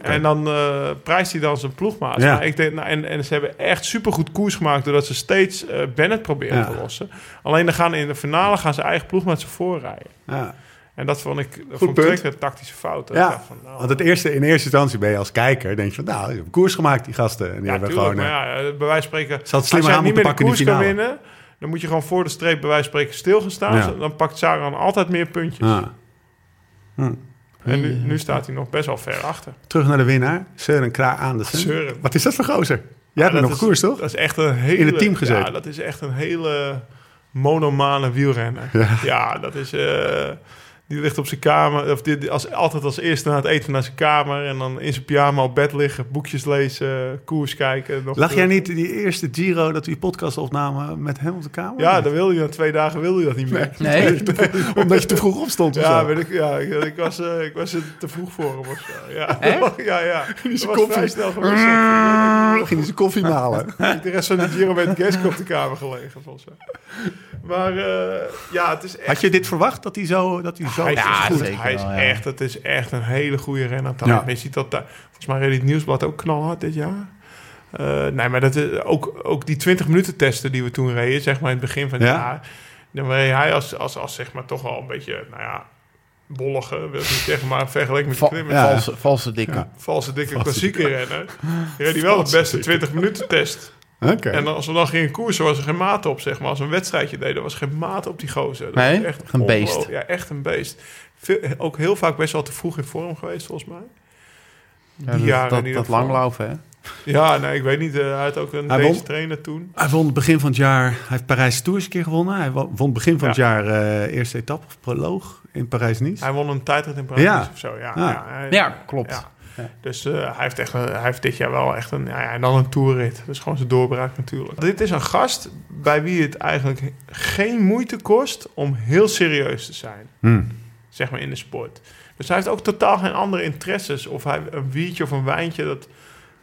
En dan eh, prijst hij dan zijn ploegmaat.
Ja.
Maar ik denk, nou, en, en ze hebben echt supergoed koers gemaakt... doordat ze steeds eh, Bennett proberen
Ja.
te lossen. Alleen dan gaan in de finale gaan ze eigen ploegmaat ze voorrijden.
Ja.
En dat vond ik dat
Goed
vond ik
punt.
echt een tactische fout. Dat ik
Ja,
dacht van, nou,
want het eerste, in eerste instantie ben je als kijker, denk je van, nou, die hebben koers gemaakt, die gasten. En die
ja,
hebben
tuurlijk,
gewoon, eh,
maar ja, bij wijze van spreken,
Ze had
als jij
slimmer aan
niet
moeten pakken
meer de
in de
koers kan
finale.
winnen, dan moet je gewoon voor de streep bij wijze van spreken stilgestaan. Dus
Ja.
Dan pakt Sagan altijd meer puntjes.
ja.
En nu, nu staat hij nog best wel ver achter.
Terug naar de winnaar, Søren Kra Andersen.
Søren.
Wat is dat voor gozer? Jij
dat
bent nog op
is-
koers, toch?
Dat is echt een hele...
In het team gezeten.
Ja, dat is echt een hele monomane wielrenner. Ja, dat is... eh, die ligt op zijn kamer, of die, die- als, altijd als eerste na het eten naar zijn kamer. En dan in zijn pyjama op bed liggen, boekjes lezen, koers kijken. Nog eh,
Lag
de-
jij niet die eerste Giro dat we die podcast opnamen met hem op de kamer?
Ja, dan wilde je na twee dagen wilde je dat niet meer.
Nee?
Omdat je te vroeg opstond of
Ja,
zo.
weet ik, ja ik, ik was, eh, ik was er te vroeg voor hem of zo. Ja,
Echt?
ja, ja. Die was
koffie.
vrij snel gewisseld.
Dan ging hij zijn koffie malen.
De rest van de Giro werd Gesk op de kamer gelegen, volgens mij. Maar eh, ja, het is echt...
Had je dit verwacht, dat hij zo... Dat hij zo
Hij is,
Ja,
goed.
zeker
hij is
wel, ja.
echt, het is echt een hele goede renner.
Ja.
Je ziet dat, daar- eh, volgens mij reed hij het nieuwsblad ook knalhard dit jaar. Eh, nee, maar dat is ook, ook die 20 minuten testen die we toen reden, zeg maar in het begin van het
Ja.
jaar. Dan reed hij als, als, als zeg maar toch wel een beetje, nou ja, bollige, wil ik niet zeggen, maar vergeleken met de
Va-
klimmen.
Ja.
valse, valse dikke.
Ja.
Valse dikke klassieke renner. Reed hij wel het beste 20 minuten test.
Oké.
En als we dan gingen koersen, was er geen maat op, zeg maar. Als we een wedstrijdje deden, was er geen maat op die gozer. Dat
Nee,
was echt
een beest.
ongelooflijk. Ja, echt een beest. Veel- ook heel vaak best wel te vroeg in vorm geweest, volgens mij.
Ja,
Die jaren
dat dat,
in ieder
dat
geval.
langlaufen, hè?
Ja, nee, ik weet niet. eh, hij had ook een
Hij
deze
won.
trainer toen.
Hij won het begin van het jaar... Hij heeft Parijs Tours een keer gewonnen. Hij won won begin van het jaar eh, eerste etappe of proloog in Parijs-Nice.
Hij won een tijdrit in Parijs
Ja.
of zo. Ja,
Ja.
hij-
Ja, klopt.
Ja. Dus eh, hij, heeft echt een- hij heeft dit jaar wel echt een... Ja, ja, en dan een toerrit. Dat is gewoon zijn doorbraak natuurlijk. Dit is een gast bij wie het eigenlijk geen moeite kost... om heel serieus te zijn, zeg maar, in de sport. Dus hij heeft ook totaal geen andere interesses. Of hij een biertje of een wijntje, dat...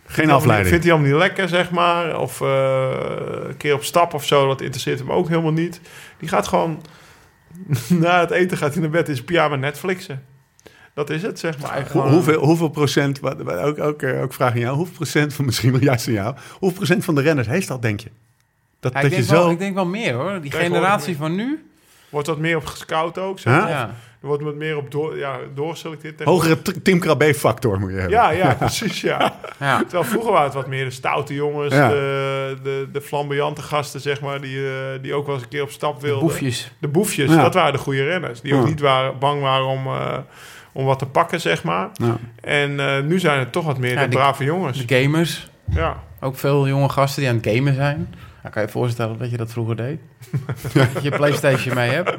Geen afleiding.
Vindt hij allemaal niet lekker, zeg maar. Of eh, een keer op stap of zo, dat interesseert hem ook helemaal niet. Die gaat gewoon... Na het eten gaat hij naar bed in zijn pyjama Netflixen. Dat is het, zeg maar.
Hoe-
Gewoon-
hoeveel, hoeveel procent, wat- wat- ook, ook, eh, ook vraag aan jou, hoeveel procent van misschien wel juist aan jou, hoeveel procent van de renners heeft dat, denk je? Dat,
Ja,
dat
ik,
je
denk
zo.
wel, ik denk wel meer hoor. Die
Tegenwoordig
generatie van nu.
Wordt wat meer op gescout ook, zeg
Huh?
maar.
Ja.
Er wordt wat meer op door, ja, doorselecteerd. tegenwoordig.
Hogere t- Tim Krabbe-factor moet je hebben.
Ja, ja, precies, ja.
Ja.
Terwijl vroeger waren het wat meer de stoute jongens,
Ja.
de, de, de flamboyante gasten, zeg maar, die, eh, die ook wel eens een keer op stap wilden.
Boefjes.
De boefjes,
Ja.
dat waren de goede renners. Die ook
Ja.
niet waren, bang waren om, eh, om wat te pakken, zeg maar.
Ja.
En eh, nu zijn het toch wat meer
Ja,
de
die-
brave jongens.
De gamers.
Ja.
Ook veel jonge gasten die aan het gamen zijn. Nou, kan je je voorstellen dat je dat vroeger deed? dat je Playstation mee hebt.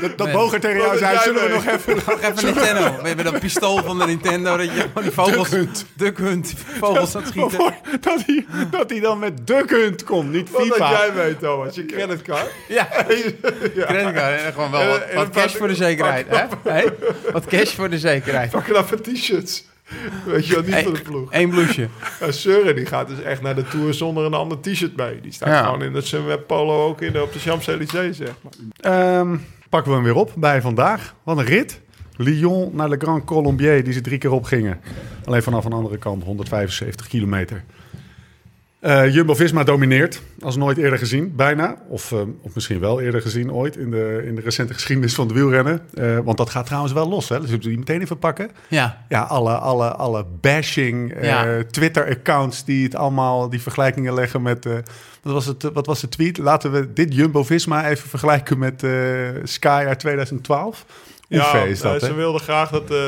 Dat, dat
Nee.
Boger tegen jou
Wat
zei,
jij
zullen we
weet.
nog even...
Nog even Nintendo. Met, met dat pistool van de Nintendo. Dat je gewoon die vogels...
Duck Hunt.
Duck Hunt, Vogels aan het schieten.
Oh,
dat, hij, dat hij dan met Duck Hunt komt, niet
Wat dat
FIFA.
jij weet, Thomas. Je creditcard.
Ja, creditcard. En gewoon wel
En-
wat,
en
wat
een
cash
paar-
voor de zekerheid. Hè? Hé? Wat cash voor de zekerheid.
Pak dan van t-shirts. Weet je wel, niet van de ploeg.
Eén bloesje.
Ja, Seuren die gaat dus echt naar de Tour zonder een ander t-shirt mee. Die staat
Ja.
gewoon in dat Sunweb Polo ook in de, op de Champs-Élysées, zeg maar.
Ehm, pakken we hem weer op bij vandaag. Wat een rit. Lyon naar Le Grand Colombier, die ze drie keer opgingen. Alleen vanaf een andere kant, 175 kilometer. Eh, Jumbo-Visma domineert, als nooit eerder gezien, bijna. Of, ehm, of misschien wel eerder gezien ooit in de, in de recente geschiedenis van de wielrennen. Eh, want dat gaat trouwens wel los, hè? Dus we moeten die meteen even pakken.
Ja.
Ja, alle, alle, alle bashing, eh,
Ja.
Twitter-accounts die het allemaal, die vergelijkingen leggen met... eh, wat, was het, eh, wat was de tweet? Laten we dit Jumbo-Visma even vergelijken met eh Sky uit 2012. Hoe ver is
eh,
dat,
ze
hè?
wilden graag dat... eh,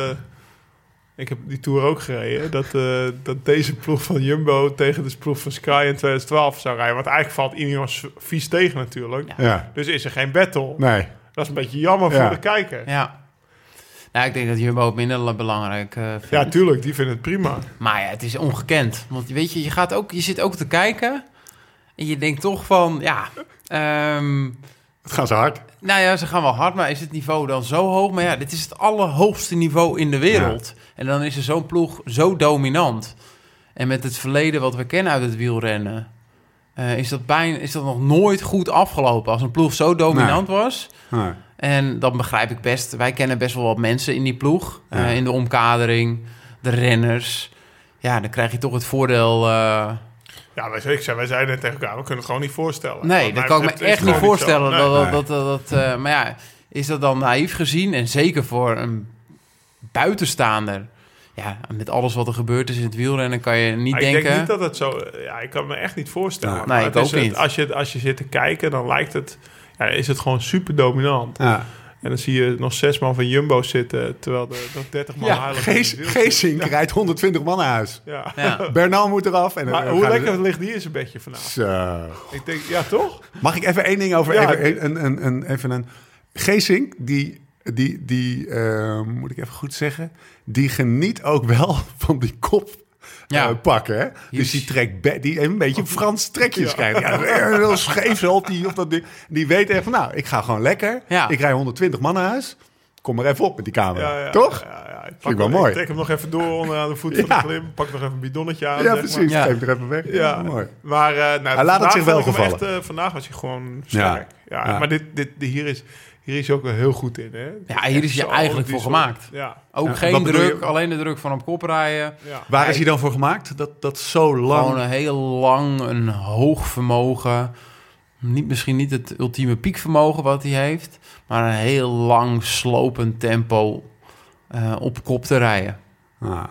ik heb die Tour ook gereden. Dat, eh, dat deze ploeg van Jumbo tegen de ploeg van Sky in 2012 zou rijden. Want eigenlijk valt Ineos vies tegen natuurlijk.
Ja,
Dus is er geen battle.
nee.
Dat is een beetje jammer
Ja.
voor de kijker.
ja. Nou, ik denk dat Jumbo het minder la- belangrijk eh, vindt.
Ja, tuurlijk. Die vinden het prima.
Maar ja, het is ongekend. Want weet je, je, gaat ook, je zit ook te kijken. En je denkt toch van, ja... ehm,
Het gaat zo hard.
Nou ja, ze gaan wel hard, maar is het niveau dan zo hoog? Maar ja, dit is het allerhoogste niveau in de wereld. En dan is er zo'n ploeg zo dominant. En met het verleden wat we kennen uit het wielrennen... eh, is, dat bijna, is dat nog nooit goed afgelopen. Als een ploeg zo dominant was...
Nee.
En dan begrijp ik best, wij kennen best wel wat mensen in die ploeg.
Ja.
eh, in de omkadering, de renners. Ja, dan krijg je toch het voordeel... eh,
Ja, wij, ik zei, wij zeiden net tegen elkaar. We kunnen het gewoon niet voorstellen.
Nee,
Wat
dat
mij
kan ik
betreft
me
is
echt
het
niet
gewoon zo.
voorstellen.
Nee.
dat,
Nee.
dat, dat, dat, eh, maar ja, is dat dan naïef gezien? En zeker voor een buitenstaander. Ja, met alles wat er gebeurd is in het wielrennen kan je niet
Maar
denken...
Ah, Ik denk niet dat het zo... eh, Ja, ik kan me echt niet voorstellen.
Nee,
Maar
ik
het is
ook
het-
niet.
als, je, het- als je zit te kijken, dan lijkt het... Ja, is het gewoon super dominant.
Ja.
En dan zie je nog zes man van Jumbo zitten... terwijl er nog dertig man
Ja,
Highland
Gees,
in de wiel
Geesink rijdt 120 man naar huis.
zitten. Ja.
Ja.
Bernal moet eraf. En,
Maar
en-
hoe
gaan-
lekker ligt die in zijn bedje vanavond?
Zo.
Ik denk, ja toch?
Mag ik even één ding over...
Ja.
Even, een, een, een, even een... Geesink, die, die, die eh, moet ik even goed zeggen... die geniet ook wel van die kop...
Ja.
eh, pakken, hè? Dus
Yes.
die trekt be- die heeft een beetje Frans trekjes
Ja.
krijgt. Ja, heel scheef zo op die, op dat ding. Die weet echt van, nou, ik ga gewoon lekker.
Ja.
Ik rij 120 man naar huis. Kom maar even op met die camera,
Ja, ja,
toch?
Ja, ja, Ik, pak
Vind ik wel
nog-
mooi.
ik trek hem nog even door onderaan de voet
Ja.
van de klim. Pak nog even een bidonnetje aan.
Ja,
zeg maar.
precies.
Ja.
Geef er even weg.
Ja,
mooi.
maar eh, nou,
het
vandaag
zich wel
vond ik hem
gevallen.
echt, eh, vandaag was hij gewoon sterk. Ja,
Ja.
Maar dit, dit, hier, is, hier is hij ook wel heel goed in. Hè?
Ja, hier is je
Zo,
eigenlijk
die
voor
zo-
gemaakt.
Ja,
Ook
Ja, wat
geen
bedoel je?
druk, alleen de druk van op kop rijden.
ja.
Waar is hij dan voor gemaakt? Dat, dat zo lang...
Gewoon een heel lang, een hoog vermogen. Niet, misschien niet het ultieme piekvermogen wat hij heeft... maar een heel lang, slopend tempo eh, op kop te rijden.
Ah.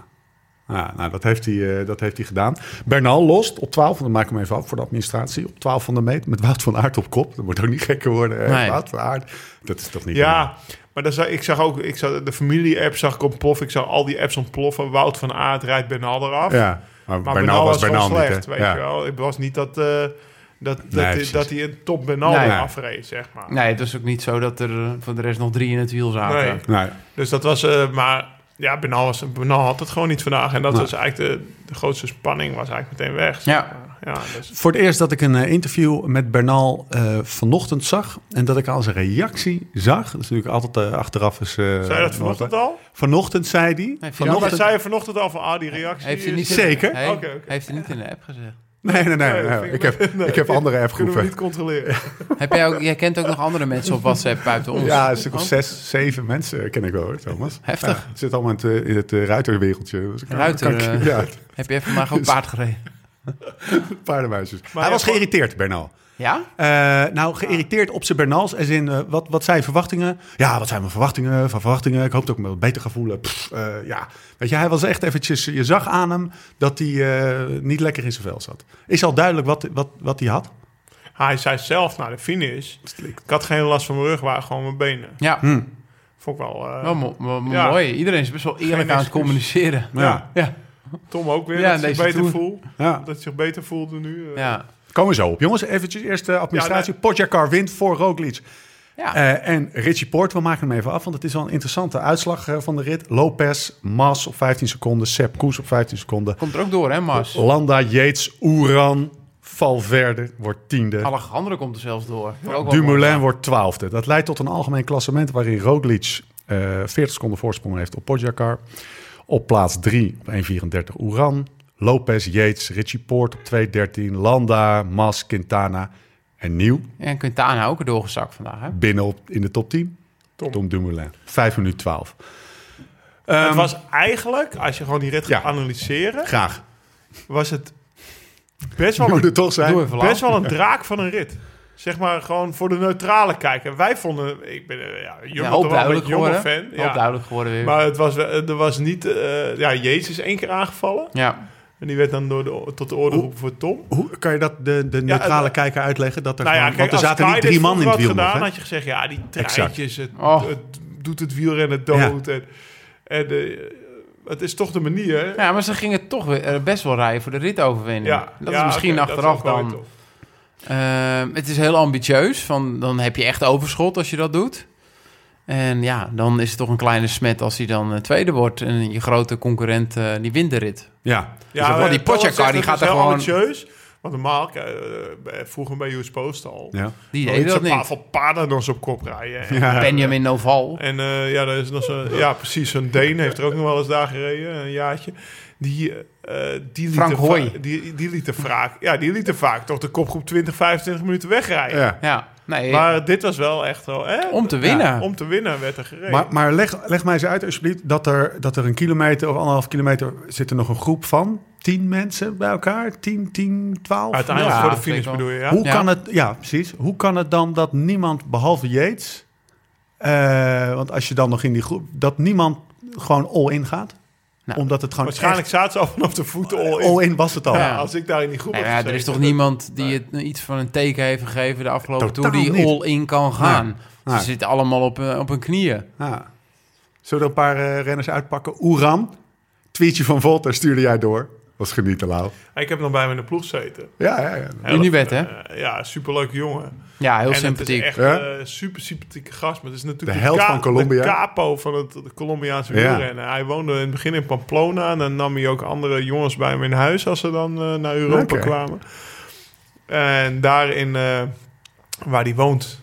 Ah, nou, dat heeft, hij, eh, dat heeft hij gedaan. Bernal lost op 12, want dan maak ik hem even af voor de administratie. Op 12 van de meet met Wout van Aert op kop. Dat moet ook niet gekker worden. hè?
Nee.
Wout van Aert, dat is toch niet... normaal?
Ja, maar dan zag, ik zag ook ik zag, de familie-app zag ik ontploffen. Ik zag al die apps ontploffen. Wout van Aert rijdt Bernal eraf.
ja. Maar,
Maar
Bernal was Bernal
gewoon
niet,
slecht,
hè?
weet
ja.
je wel. Het was niet dat... eh, dat, dat,
Nee,
hij-
precies.
dat hij een top Benal
Nee.
afreed, zeg maar.
Nee, het was ook niet zo dat er eh, voor de rest nog drie in het wiel zaten.
Nee.
Nee,
Dus dat was, eh, maar ja, Benal, was, Benal had het gewoon niet vandaag. En dat
Nee.
was eigenlijk de, de grootste spanning, was eigenlijk meteen weg. zeg
Ja.
maar. ja dus,
Voor het eerst dat ik een eh, interview met Bernal eh, vanochtend zag. En dat ik al zijn reactie zag. Dat is natuurlijk altijd eh, achteraf is. eh,
zei je dat vanochtend al?
Vanochtend zei hij.
Nee,
Ja, maar
vanochtend-
zei je vanochtend al van, ah, die reactie
Heeft hij
is-
niet in-
Zeker?
Hij,
Oké, oké.
hij heeft het niet in de app gezegd.
Nee, nee, nee.
Nee,
nee,
dat vind
Ik,
ik
heb, ik heb andere
kunnen we
appgroepen.
niet controleren.
Heb jij, ook, jij kent ook nog andere mensen op WhatsApp buiten ons.
Ja, een stuk of zes, zeven mensen ken ik wel hoor, Thomas.
Oh. Heftig.
Ja, het zit allemaal in het, eh, in het eh, ruiterwereldje. Dus ik-
Ruiter,
kan ik-
eh.
ja,
Heb jij vandaag ook paard gereden?
paardenmuisjes.
Maar
Hij was
ja, voor-
geïrriteerd, Bernal.
Ja?
Eh, nou, geïrriteerd op zijn Bernals. Als in, eh, wat, wat zijn verwachtingen? Ja, wat zijn mijn verwachtingen van verwachtingen? Ik hoop dat ik me wat beter ga voelen. Pff, eh, ja. Weet je, hij was echt eventjes... Je zag aan hem dat hij eh, niet lekker in zijn vel zat. Is al duidelijk wat, wat, wat hij had?
Hij zei zelf na de finish, ik had geen last van mijn rug, maar gewoon mijn benen.
Ja,
Vond ik wel, eh,
wel mo- mo- mo-
Ja.
mooi. Iedereen is best wel eerlijk
Geen
aan het
excuus.
communiceren.
Ja.
Ja.
Tom ook weer,
Ja,
dat hij zich
deze
beter
toer.
voelt.
ja.
Dat hij zich beter voelde nu. eh.
ja.
Komen we zo op. Jongens, eventjes eerst de administratie.
Ja,
Podjakar wint voor Roglic.
Ja.
Eh, en Richie Poort, we maken hem even af, want het is wel een interessante uitslag eh, van de rit. Lopez, Mas op 15 seconden, Sepp Koes op 15 seconden.
Komt er ook door, hè, Mars?
Oh,
Landa, Yates, Oeran, Valverde wordt
oh.
tiende.
Alejandro komt er zelfs door. Ook wel
Dumoulin
mooi.
wordt twaalfde. Dat leidt tot een algemeen klassement waarin Roglic eh 40 seconden voorsprong heeft op Podjakar. Op plaats 3 op 1.34 Oeran. Lopez, Yates, Richie Poort op 2.13. Landa, Mas, Quintana en Nieuw
En Quintana ook er doorgezakt vandaag, hè?
binnen op, in de top 10. Tom,
Tom.
Dumoulin. 5 minuten Ehm, 12.
het was eigenlijk, als je gewoon die rit gaat
ja.
analyseren,
Graag.
was het best wel,
Moet het toch zijn?
Doe even laat.
best wel een draak van een rit. Zeg maar gewoon voor de neutrale kijker. Wij vonden, ik ben eh, ja,
Ja,
Jumbo
hoop
toch wel een
duidelijk
jonge
geworden.
fan.
Hoop
Ja.
duidelijk geworden weer.
Maar het was, wel- er was niet, eh, ja, Jezus is één keer aangevallen.
ja.
En die werd dan door de, tot de orde geroepen voor Tom.
Hoe kan je dat de, de neutrale
het-
kijker uitleggen? Dat er
Nou ja,
gewoon-
kijk,
want er
als
zaten
Sky
niet
dit
drie man in
vroeger
het wiel nog,
had
hè?
gedaan, had je gezegd, ja, die
Exact.
treintjes, het,
Oh.
het doet het wielrennen dood. En, en eh, het is toch de manier.
ja, maar ze gingen toch weer, eh, best wel rijden voor de ritoverwinning. dat
ja,
is misschien
oké, dat is
achteraf
ook wel
dan...
weer tof.
Ehm, het is heel ambitieus. Van, dan heb je echt overschot als je dat doet. En ja, dan is het toch een kleine smet als hij dan eh, tweede wordt. En je grote concurrent eh, die wint de rit.
Ja.
Dus
maar
wel die
eh, Thomas zegt,
Pogacar, die
het
gaat
is
er
heel
gewoon-
ambitieus, want normaal, eh, eh, vroeger bij US Post al.
ja.
Die
Dan liet
deed dat
ze Pa-
niet.
Van Paardenos op kop rijden. En,
Benjamin Noval.
En eh, ja, dat is nog zo, ja, precies. Zo'n Deen heeft er ook nog wel eens daar gereden, een jaartje. Die, eh die, liet
Frank
de va-
Hooij.
die, die liet er vaak, ja, die liet er vaak toch de kopgroep 20, 25 minuten wegrijden.
ja.
Ja, nee.
Maar dit was wel echt wel, hè?
om te winnen. Ja,
Om te winnen werd er gereden.
Maar, maar leg, leg mij eens uit, alsjeblieft, dat er, dat er een kilometer of anderhalf kilometer zit er nog een groep van. Tien mensen bij elkaar? Tien, tien, twaalf?
Uiteindelijk
Ja,
voor de
vind ik
finish
wel.
bedoel je, ja?
Hoe
Ja.
kan het, ja, precies. Hoe kan het dan dat niemand, behalve Yates, eh, want als je dan nog in die groep, dat niemand gewoon all-in gaat?
Nou,
Omdat het gewoon
Waarschijnlijk zaten ze al vanaf de voeten
echt-
all in.
all-in was het al.
Oh, Ja.
Als ik daar in die groep
Nou
had
ja, er
gezeten,
is toch
dat-
niemand die het iets van een teken heeft gegeven de afgelopen
Totaal
toer die
niet.
all-in kan gaan.
Nee.
Ze zitten allemaal op, eh, op hun knieën.
Ja. Zullen we er een paar eh, renners uitpakken? Oeran, tweetje van Volter stuurde jij door. Was genieten, Lau.
Ik heb nog bij me in de ploeg gezeten.
Ja, ja, ja.
Unibet, hè?
Eh, ja, superleuke jongen.
Ja, heel
en
sympathiek.
Het is echt
Ja.
eh, super sympathieke gast. Maar het is natuurlijk
De held
ka-
van Colombia.
De capo van het de Colombiaanse
Ja.
wielrennen. Hij woonde in het begin in Pamplona. En dan nam hij ook andere jongens bij hem in huis als ze dan eh, naar Europa
Oké.
kwamen. En daarin, eh, waar hij woont.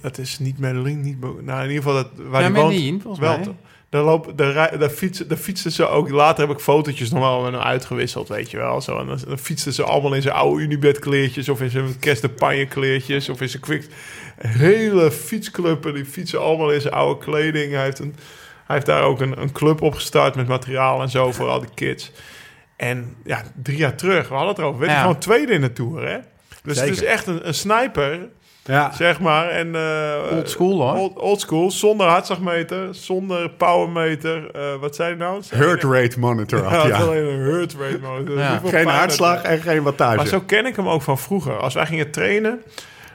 Het is niet Medellin, niet... Bo- Nou, in ieder geval dat, waar
Ja,
hij woont.
Medellin, volgens
wel,
mij.
toch? Daar, lopen, daar, rij- daar, fietsen, daar fietsen ze ook. Later heb ik fotootjes nog wel met hem uitgewisseld, weet je wel. Zo. En dan, dan fietsen ze allemaal in zijn oude Unibed kleertjes... of in zijn Kerst de Panje kleertjes of in zijn Quick... Hele fietsclub en die fietsen allemaal in zijn oude kleding. Hij heeft, een, hij heeft daar ook een, een club opgestart met materiaal en zo voor al die kids. En ja, drie jaar terug, we hadden het erover, werd hij
Ja.
gewoon tweede in de Tour, hè? Dus
Zeker.
het is echt een, een sniper
ja.
zeg maar. En, eh,
Old school, hoor.
Old, old school, zonder hartslagmeter, zonder powermeter. Eh, wat zei je nou? Zei-
Heart rate monitor had
Ja,
hij
het is
aan.
alleen een heart rate monitor. Dus
Ja.
hoeveel
Geen
pijn
hartslag
dat-
en geen wattage.
Maar zo ken ik hem ook van vroeger. Als wij gingen trainen,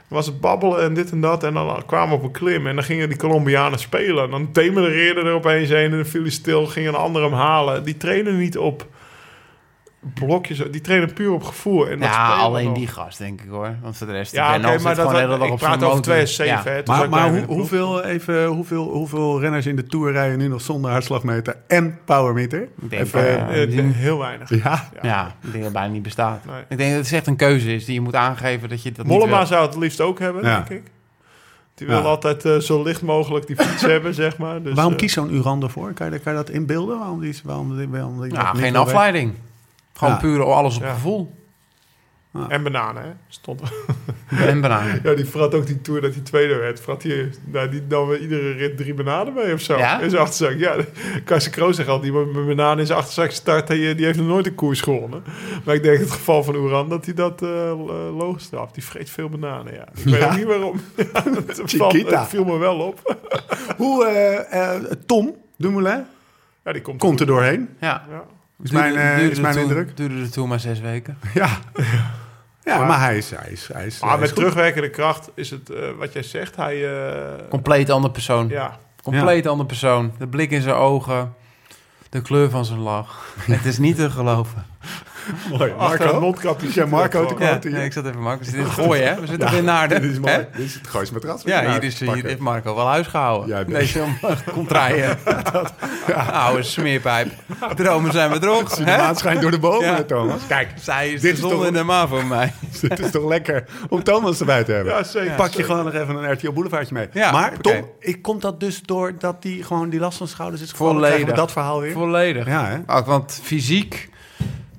was het babbelen en dit en dat. En dan kwamen we op een klim en dan gingen die Colombianen spelen. En dan demereerde er opeens een en dan viel hij stil, ging een ander hem halen. Die trainen niet op blokjes. Die trainen puur op gevoel. En dat
Ja,
spelen
alleen
nog.
die gast, denk ik hoor. Want voor de rest,
Ja, oké, maar dat,
gewoon de hele dag
ik
op zijn
praat over
motor.
2007.
Ja.
hè, toen zat
Maar,
ik
maar
bij
hoe-
hem in de ploeg.
hoeveel, even, hoeveel, hoeveel renners in de Tour rijden nu nog zonder hartslagmeter en powermeter?
denk,
even,
eh, dus,
Eh, eh, heel weinig.
ja.
Ja, ik denk dat bijna niet bestaat.
Nee.
Ik denk dat het echt een keuze is die je moet aangeven dat je dat
Mollema
niet wil.
zou het liefst ook hebben,
Ja.
denk ik. Die
Ja.
wil altijd eh, zo licht mogelijk die fiets hebben, zeg maar. Dus,
waarom
eh,
kiest zo'n Uran ervoor? Kan je, kan je dat inbeelden? Waarom die, waarom die, waarom die
Ja,
dat niet wil
geen
werken?
afleiding. Gewoon
Ja.
puur alles op
Ja.
gevoel.
En bananen, hè? Stond
En banaan.
Ja, die frat ook die tour dat hij tweede werd. Frat die, nou, die nam weer iedere rit drie bananen mee of zo.
Ja?
In zijn achterzak. Ja, Karsten Kroos zegt al, die met met bananen in zijn achterzak start, die, die heeft nog nooit een koers gewonnen. Maar ik denk in het geval van Oeran dat hij dat eh logisch straft. Die vreet veel bananen, ja. Ik weet
Ja.
ook niet waarom. Ja, het, valt-
Chiquita.
het viel me wel op.
Hoe, eh, eh, Tom Dumoulin
Ja, die komt,
komt er doorheen.
Ja.
Ja.
Is mijn, eh,
Duurde-
is
duurde
mijn
toen-
indruk.
Duurde er toen maar zes weken.
Ja, ja maar, hij is... Hij is, hij is, hij
Maar
is
Ah, met
goed.
terugwerkende kracht is het eh, wat jij zegt. Hij, eh,
Compleet ander persoon.
ja,
Compleet ander persoon. De blik in zijn ogen. De kleur van zijn lach. het is niet te geloven.
Mooi.
achter een
Marco,
mondkapje.
Is jij Marco te
Ja,
Klopt, hier.
nee, ik zat even Marco. We zitten in het gooien, hè? We zitten weer naar de.
dit is mooi. Dit is het goois met ras.
Ja, hier, is, hier heeft Marco wel huis gehouden.
Ja,
nee, zo'n contraien. Oude smeerpijp. Dromen zijn bedrog.
De
hè?
maan schijnt door de bomen,
Ja.
Thomas. Kijk,
Zij is
Dit
de
is
zon
toch-
in de maan voor mij.
dit is toch lekker om Thomas erbij te hebben.
Ja, zeker.
Pak je gewoon nog even een RTL Boulevardje mee.
Ja,
maar
hoppakee.
Tom, ik, komt dat dus door dat die gewoon die last van zijn schouders is gevallen? Krijgen we
Volledig.
dat verhaal weer?
Volledig.
Ja, hè?
Ook, want fysiek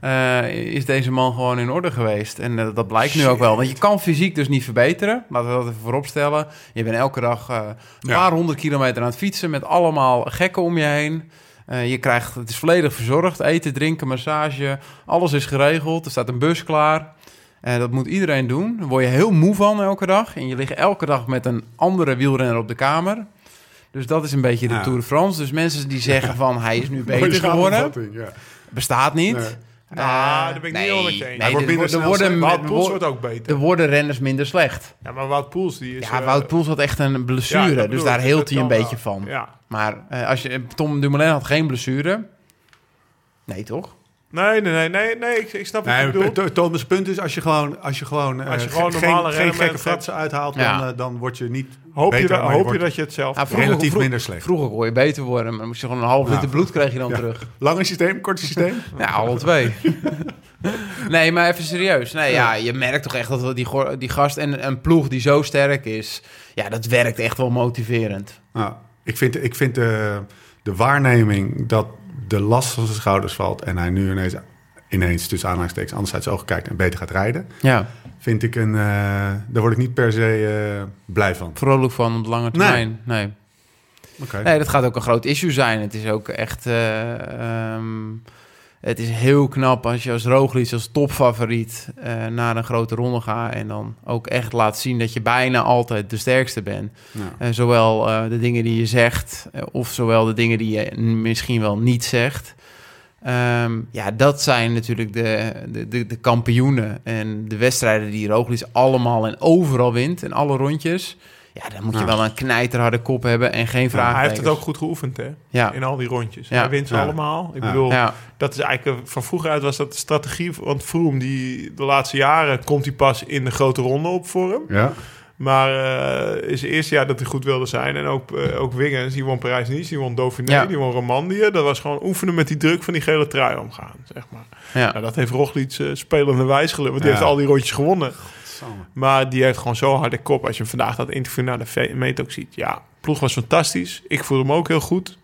eh, is deze man gewoon in orde geweest. En eh, dat blijkt nu ook wel. Want je kan fysiek dus niet verbeteren. Laten we dat even vooropstellen. Je bent elke dag eh, een
Ja.
paar honderd kilometer aan het fietsen... met allemaal gekken om je heen. Eh, je krijgt, het is volledig verzorgd. Eten, drinken, massage. Alles is geregeld. Er staat een bus klaar. Eh, dat moet iedereen doen. Daar word je heel moe van elke dag. En je ligt elke dag met een andere wielrenner op de kamer. Dus dat is een beetje de
Ja.
Tour de France. Dus mensen die zeggen van hij is nu
Mooie
beter geworden,
samenvatting, Ja.
bestaat niet.
Nee.
Eh,
Ah, daar ben ik niet helemaal met je eens. Hij
Nee,
wordt minder
er, wo- er
snel
worden,
slecht.
Wout
er
Poels
wo-
wordt ook beter.
er worden renners minder slecht.
Ja, maar Wout Poels die is...
Ja,
eh,
Wout Poels had echt een
ja, dat
blessure, dus
bedoel
daar
ik,
heelt
dat
hij een
kan
beetje
wel.
van.
Ja.
Maar eh, als je, eh, Tom Dumoulin had geen blessure. Nee, toch?
Nee, nee, nee, nee, nee ik, ik snap wat je
Nee,
bedoelt.
Th- Thomas' punt is, als je gewoon, als je gewoon, eh,
Als je gewoon
ge-
normale
geen, geen
rendement
gekke
hebt.
fratsen uithaalt,
Ja.
dan, eh, dan word je niet
Hoop,
beter,
je, wel-
maar
hoop je
wordt
dat je het zelf...
Nou, vroeger-
relatief
vroeg-
minder slecht.
Vroeger kon je beter worden, maar moest je gewoon een half liter
Ja.
bloed kreeg je dan
Ja.
terug.
Lange systeem, korte systeem?
Ja, alle twee. nee, maar even serieus. Nee, ja, je merkt toch echt dat wel die, go- die gast en een ploeg die zo sterk is... Ja, dat werkt echt wel motiverend.
Nou, ik vind, ik vind de, de waarneming dat de last van zijn schouders valt en hij nu ineens, ineens tussen aanhalingstekens anders uit zijn ogen kijkt en beter gaat rijden,
Ja,
vind ik een. eh, daar word ik niet per se eh, blij van.
vrolijk van op de lange termijn. Nee. nee.
Oké.
dat gaat ook een groot issue zijn. Het is ook echt... eh, ehm, het is heel knap als je als Roglic, als topfavoriet... eh, naar een grote ronde gaat en dan ook echt laat zien... dat je bijna altijd de sterkste bent.
Nou,
Eh, zowel eh, de dingen die je zegt, eh, of zowel de dingen die je n- misschien wel niet zegt. Ehm, ja, dat zijn natuurlijk de, de, de, de kampioenen en de wedstrijden die Roglic allemaal en overal wint en alle rondjes. Ja, dan moet je
Ja.
wel een knijterharde kop hebben en geen vraag.
hij heeft het ook goed geoefend, hè?
Ja,
In al die rondjes.
Ja.
Hij wint ze
Ja.
allemaal. Ik
Ja.
bedoel,
ja,
dat is eigenlijk... een- Van vroeger uit was dat de strategie. Want Froome, die de laatste jaren... komt hij pas in de grote ronde op vorm.
ja.
Maar eh, is het eerste jaar dat hij goed wilde zijn. En ook, eh, ook Wiggins, die won Parijs-Nice, die won Dauphiné,
Ja.
die won Romandie. Dat was gewoon oefenen met die druk van die gele trui omgaan, zeg maar.
ja.
Nou, dat heeft Roglic eh, spelende wijs gelukt. Want die
Ja.
heeft al die rondjes gewonnen. Maar die heeft gewoon zo'n harde kop. Als je hem vandaag dat interview naar de ve- meet ook ziet. Ja, de ploeg was fantastisch. Ik voelde hem ook heel goed.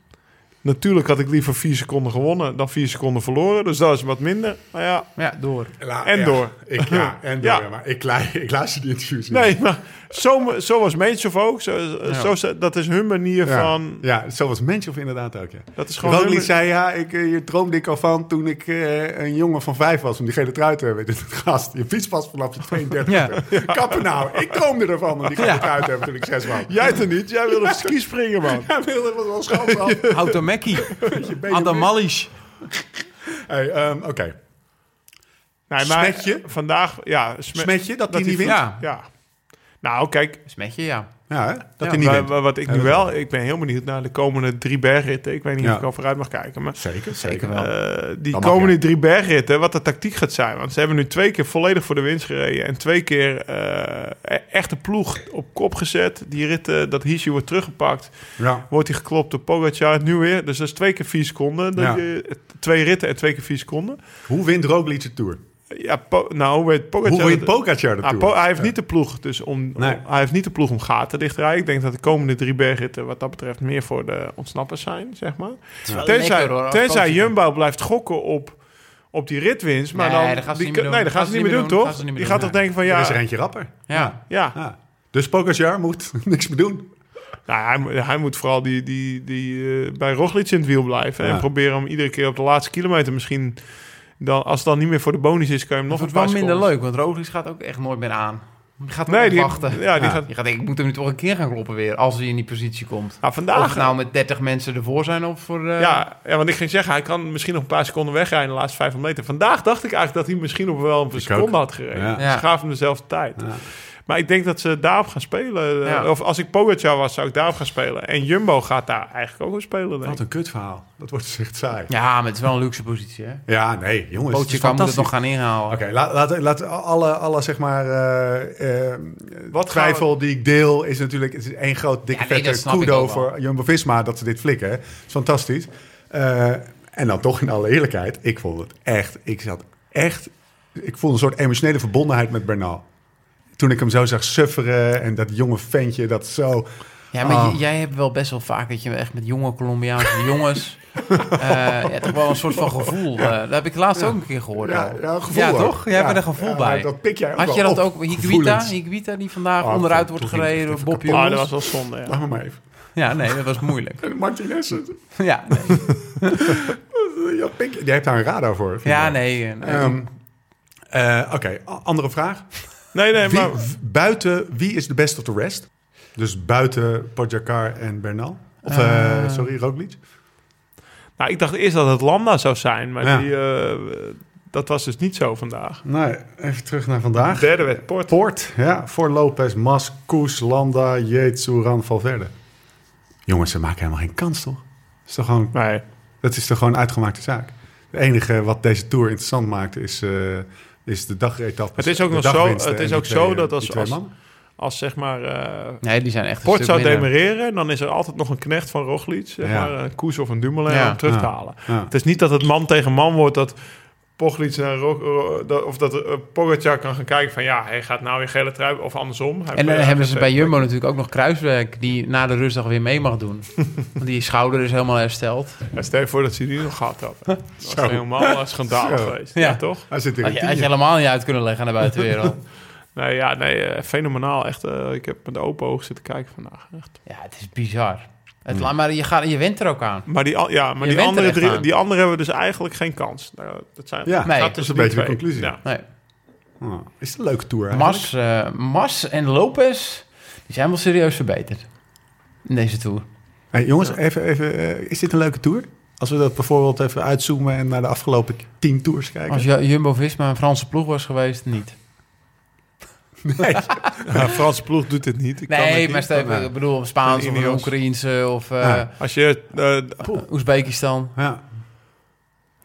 Natuurlijk had ik liever vier seconden gewonnen dan vier seconden verloren. Dus dat is wat minder. Maar ja,
ja door.
La-
En
ja,
door.
Ik, ja, en door.
Ja.
ja, Maar ik, la- ik luister die interviews niet.
nee, maar zo, zo was Meetschoff ook. Zo, zo, dat is hun manier
Ja,
van...
ja, zo was Mensch of inderdaad ook, ja.
Dat is gewoon hun-
Roglic zei, ja, ik, eh, hier droomde ik al van toen ik eh, een jongen van vijf was... om die gele trui te hebben. Dit gast, je fiets pas vanaf je 32
Ja.
Kappen nou, ik droomde ervan om die gele trui te hebben toen ik zes was.
Jij het er niet. Jij wil op ski springen, man.
Ja, wilde was wel schans af.
Automekkie, Adamalisch.
Hey, ehm, Oké,
Nee,
Smetje?
Vandaag, ja. sme-
Smetje, dat die niet
Ja,
Ja. Nou, kijk.
smetje, ja.
Ja, hè? dat
Ja,
hij niet
Wa-
wint.
wa- wat ik
Ja,
nu
dat
wel, ik ben heel benieuwd naar de komende drie bergritten. Ik weet niet
Ja.
of ik al vooruit mag kijken, maar
Zeker,
Zeker
zeker.
wel.
eh, die
Dat mag,
komende
ja.
drie bergritten, wat de tactiek gaat zijn. Want ze hebben nu twee keer volledig voor de winst gereden en twee keer eh, e- echt de ploeg op kop gezet. Die ritten, dat Hirschi wordt teruggepakt,
Ja.
wordt hij geklopt door Pogacar nu weer. Dus dat is twee keer vier seconden. Dat
Ja.
je- twee ritten en twee keer vier seconden.
Hoe wint Roglic de Tour?
Ja, Po- nou, hoe weet Pogacar...
Hoe wint
dat-
Pogacar de
Ah,
Tour?
Po- hij heeft
Ja.
niet de ploeg, dus om,
Nee.
om- hij heeft niet de ploeg om gaten te dichtrijden. Ik denk dat de komende drie bergritten wat dat betreft meer voor de ontsnappers zijn, zeg maar.
is wel
Tenzij,
lekker, hoor, als
tenzij
coach.
Jumbo blijft gokken op, op die ritwinst, maar
Nee,
dan...
dat gaan ze
die
niet
kun-
meer doen.
Nee, dat gaan ze niet meer doen,
Gaan
toch?
ze niet meer
Die
doen,
gaat toch
nee.
denken van,
Er
ja,
is er eentje rapper.
Ja.
ja.
Ja. Dus Pogacar moet niks meer doen.
Nou, hij, moet- hij moet vooral die, die, die, eh, bij Roglic in het wiel blijven.
Ja.
En proberen hem iedere keer op de laatste kilometer misschien... Dan, als het dan niet meer voor de bonus is, kan je hem nog
Nog het
een
wordt
paar
wel minder
seconden-
leuk, want Roglic gaat ook echt nooit meer aan. Die gaat
Nee,
nee,
die,
wachten.
ja, die
Ja.
gaat...
Je gaat denken, ik moet hem nu toch een keer gaan kloppen weer, als hij in die positie komt.
Nou,
Of het
vandaag...
nou met 30 mensen ervoor zijn of voor... eh,
Ja, ja, want ik ging zeggen, hij kan misschien nog een paar seconden wegrijden in de laatste 500 meter. Vandaag dacht ik eigenlijk dat hij misschien nog wel een seconde
ook.
had gereden.
Ja.
Ja.
Ze gaven hem dezelfde tijd.
Ja.
Maar ik denk dat ze daarop gaan spelen. Eh,
Ja.
Of als ik Pogacar was, zou ik daarop gaan spelen. En Jumbo gaat daar eigenlijk ook op spelen, denk
Wat
ik.
een kutverhaal. Dat wordt dus echt saai. Ja,
Ja, maar het is wel een luxe positie, hè?
nee, jongens. het
Pootje
is
kan moet het
fantastisch.
nog gaan inhalen.
Oké, laat, laat, laat alle, alle zeg maar eh, eh,
Wat
twijfel die ik deel is natuurlijk het is één groot dikke
Ja, nee, dat
vette
snap ik ook
kudo
wel.
voor Jumbo-Visma dat ze dit flikken. Het is fantastisch. Eh, en dan toch in alle eerlijkheid, ik vond het echt, ik zat echt, ik voelde een soort emotionele verbondenheid met Bernal. Toen ik hem zo zag sufferen en dat jonge ventje dat zo...
Ja, maar
Ah.
j- jij hebt wel best wel vaak dat je echt met jonge Colombiaanse jongens... eh ja, toch wel een soort van gevoel. eh, dat heb ik laatst ook een keer gehoord.
Ja,
al.
ja, gevoel
Ja,
ook.
toch? Jij hebt er een gevoel
ja,
bij.
Dat pik jij ook
Had
wel
je dat
op,
ook? Higuita,
gevoelens.
Higuita die vandaag
Oh,
onderuit
dat
wordt
vond ik
gereden door
echt
Bob
Ah, dat
Jongens.
was wel zonde, ja.
Laat me maar even.
Ja, nee, dat was moeilijk.
En Martinez, het-
Ja, nee.
ja, pik, jij hebt daar een radar voor. vind
Ja,
ik.
nee, eh, nee.
Ehm, eh, Oké, a- andere vraag.
Nee, nee,
Wie,
maar...
w- buiten, wie is de best of the rest? Dus buiten Podjakar en Bernal? Of, eh,
Eh.
sorry, Roglic?
Nou, ik dacht eerst dat het Landa zou zijn, maar
Ja.
die, eh, dat was dus niet zo vandaag.
Nee, nou, even terug naar vandaag.
Derde werd Port.
Poort, ja, voor Lopez, Mas, Koes, Landa, Yates, Soeran, Valverde. Jongens, ze maken helemaal geen kans, toch? Dat is toch gewoon,
Nee.
dat is toch gewoon een uitgemaakte zaak? Het enige wat deze Tour interessant maakt is, eh, is de dagetappe.
Het is ook
de
nog zo-
dagwinsten
het is
en die
ook zo
twee, eh,
dat
die
als-
twee
als-
mannen.
Als zeg maar... eh,
nee, die zijn echt een
Port
stuk
zou
minder.
demereren, dan is er altijd nog een knecht van Roglic, zeg
Ja.
maar, een Koes of een Dumoulin
Ja.
om terug te
Ja.
halen.
Ja.
Het is niet dat het man tegen man wordt dat Poglic naar Ro- Ro- dat- of dat eh, Pogacar kan gaan kijken van ja, hij gaat nou in gele trui of andersom. Hij-
En dan
hij-
hebben ze
hij-
bij Jumbo natuurlijk ook nog Kruiswerk... die na de rustdag weer mee mag doen. Want die schouder is helemaal hersteld.
Ja, Stel je voor dat ze die nog gehad had. Dat was helemaal eh, schandalig
Zo.
geweest. Ja.
Ja.
toch?
Hij zit in
Had
een
je, had je
tientje.
helemaal niet uit kunnen leggen aan de buitenwereld.
Nee, ja, nee, eh, fenomenaal. Echt, eh, ik heb met de open ogen zitten kijken vandaag. Echt.
Ja, het is bizar.
Hmm.
Het, la- Maar je, gaat, je went er ook aan.
Maar die, al- ja,
Je
maar die
bent er
andere,
echt
drie,
aan.
die andere hebben dus eigenlijk geen kans. Nou, dat zijn,
Ja,
gaat
Nee.
tussen
dat
is een
die
beetje de
twee.
conclusie.
Ja.
Nee.
Oh, is het een leuke tour eigenlijk?
Mas, eh, Mas en Lopez, die zijn wel serieus verbeterd. In deze Tour.
Hey, jongens, even, even, eh, is dit een leuke tour? Als we dat bijvoorbeeld even uitzoomen en naar de afgelopen tien tours kijken.
Als Ju- Jumbo-Visma een Franse ploeg was geweest, niet.
Nee.
Ja, Frans ploeg doet dit niet. Ik kan het
Nee,
niet.
maar stel,
Ja.
ik bedoel, Spaans
Een
of een
Ineos.
Oekraïense of eh,
Ja.
Als je eh,
Oezbekistan.
ja.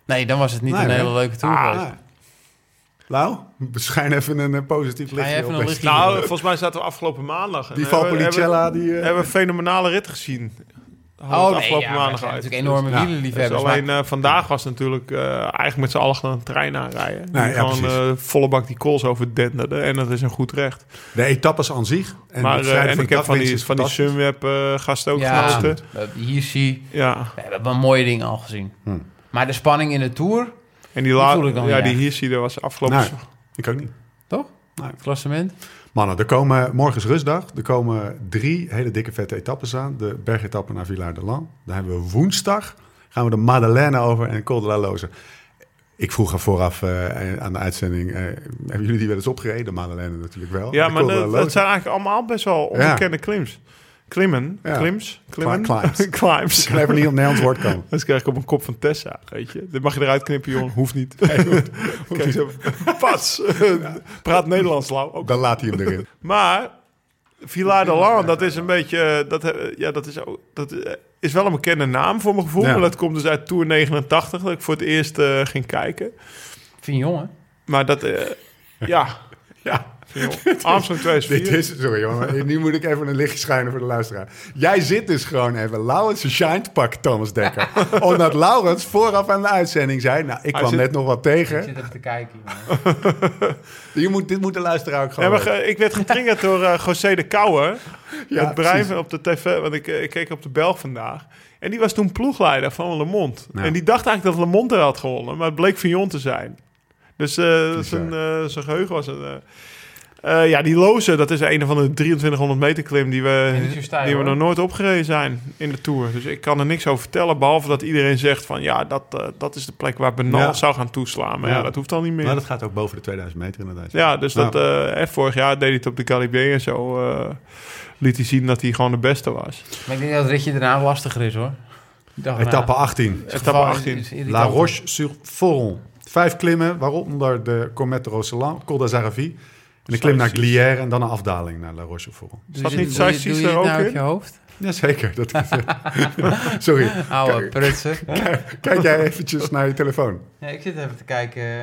Nee, dan was het niet
Nee,
een
nee.
hele leuke Tour geweest.
Ah. Lau, schijn even een eh, positief
Schijn
lichtje
even
op
een
bij
lichtje
Steven.
Nou, volgens mij zaten we afgelopen maandag. en
Die
hebben-
Valpolicella,
hebben-
die... eh,
hebben we fenomenale ritten gezien. Hadden we
Oh, nee,
het
ja,
afgelopen
maar het
maandag
zijn
uit.
natuurlijk enorme
Dus- ja.
Dus
wielerliefhebbers. maar-
alleen eh, vandaag was natuurlijk eh, eigenlijk met z'n allen gewoon een trein aanrijden.
Nee,
Die
ja,
gewoon
precies.
eh, volle bak die calls over denderde. En dat is een goed recht.
de etappes aan zich. En
maar
het
eh,
schrijven
en
van
ik heb van
dagwinst
die,
is
van die
fantastisch.
Sunweb eh, gasten ook
Ja.
genoten.
Eh, Hier zie
Ja.
we hebben wel mooie dingen al gezien.
Hm.
Maar de spanning in de Tour,
En die,
voel
la-
ik dan
ja,
niet
die
echt.
Hirsi, daar was afgelopen...
Nee. Ik ook niet.
het klassement.
Mannen, er komen morgen is rustdag. Er komen drie hele dikke vette etappes aan. De bergetappe naar Villard de Lan. Dan hebben we woensdag gaan we de Madeleine over en Col de la Loze. Ik vroeg er vooraf eh, aan de uitzending, eh, hebben jullie die wel eens opgereden? Madeleine natuurlijk wel.
Ja,
De
maar
Col de la
dat,
Loze.
dat zijn eigenlijk allemaal best wel onbekende klims. Klimmen,
Ja.
klims, klimmen,
climbs.
climbs.
Ik kan even niet op Nederlands woord komen.
Dat krijg ik op een kop van Tessa, weet je. Dit mag je eruit knippen, jongen. Hoeft niet. Oké, zo, Pas. Praat Nederlands, Lau. Ook.
Dan laat hij hem erin.
Maar Villa de Lan, dat is een beetje... eh, Dat, eh, ja, dat, is, ook, dat eh, is wel een bekende naam voor mijn gevoel.
Ja.
Maar dat komt dus uit Tour 89, dat ik voor het eerst eh, ging kijken.
Vind je jongen?
Maar dat... eh, ja,
Ja,
Armstrong 2004.
dit is... Sorry jongen, maar nu moet ik even een lichtje schijnen voor de luisteraar. Jij zit dus gewoon even Laurens zijn shined pak, Thomas Dekker. Omdat Laurens vooraf aan de uitzending zei... Nou, ik kwam
zit-
net nog wat
Ik
tegen.
zit even te kijken. jongen.
Je moet, dit moet de luisteraar ook
Ja,
gewoon
maar
weten.
ge- ik werd getriggerd door eh José de Kouwer.
Ja,
het brein op de tv, want ik, eh, ik keek op de Belg vandaag. En die was toen ploegleider van Le Monde.
Ja.
En die dacht eigenlijk dat Le Monde er had gewonnen, maar het bleek Fignon te zijn. Dus eh, zijn, eh, zijn geheugen was een... eh, eh, ja, die Loze, dat is een van de 2300 meter klim die we,
die is hier stijl,
die we
hoor.
nog nooit opgereden zijn in de Tour. Dus ik kan er niks over vertellen, behalve dat iedereen zegt van... ja, dat, eh, dat is de plek waar Benal
Ja.
zou gaan toeslaan. Maar ja.
Ja.
dat hoeft al niet meer.
Maar dat gaat ook boven de 2000 meter inderdaad.
Ja, dus dat,
Ja.
eh, hè, vorig jaar deed hij het op de Calibier en zo. eh, liet hij zien dat hij gewoon de beste was.
Maar ik denk dat het ritje daarna lastiger is hoor. Die dag erna.
Etappe 18.
Het
Etappe
geval is-
18.
is irritant.
La Roche-sur-Foron. Vijf klimmen, waaronder de Comet de Roseland, Col d'Azaravi. En de klim naar Glière en dan een afdaling naar La Roche-sur-Foron.
Doe
Zat
je- doe
niet
je-
Sarcis
doe je
er
het
ook
nou uit
in?
je hoofd?
Jazeker. Dat is, sorry.
Oude
Kijk,
prutsen.
kijk jij eventjes naar je telefoon.
Ja, ik zit even te kijken. eh,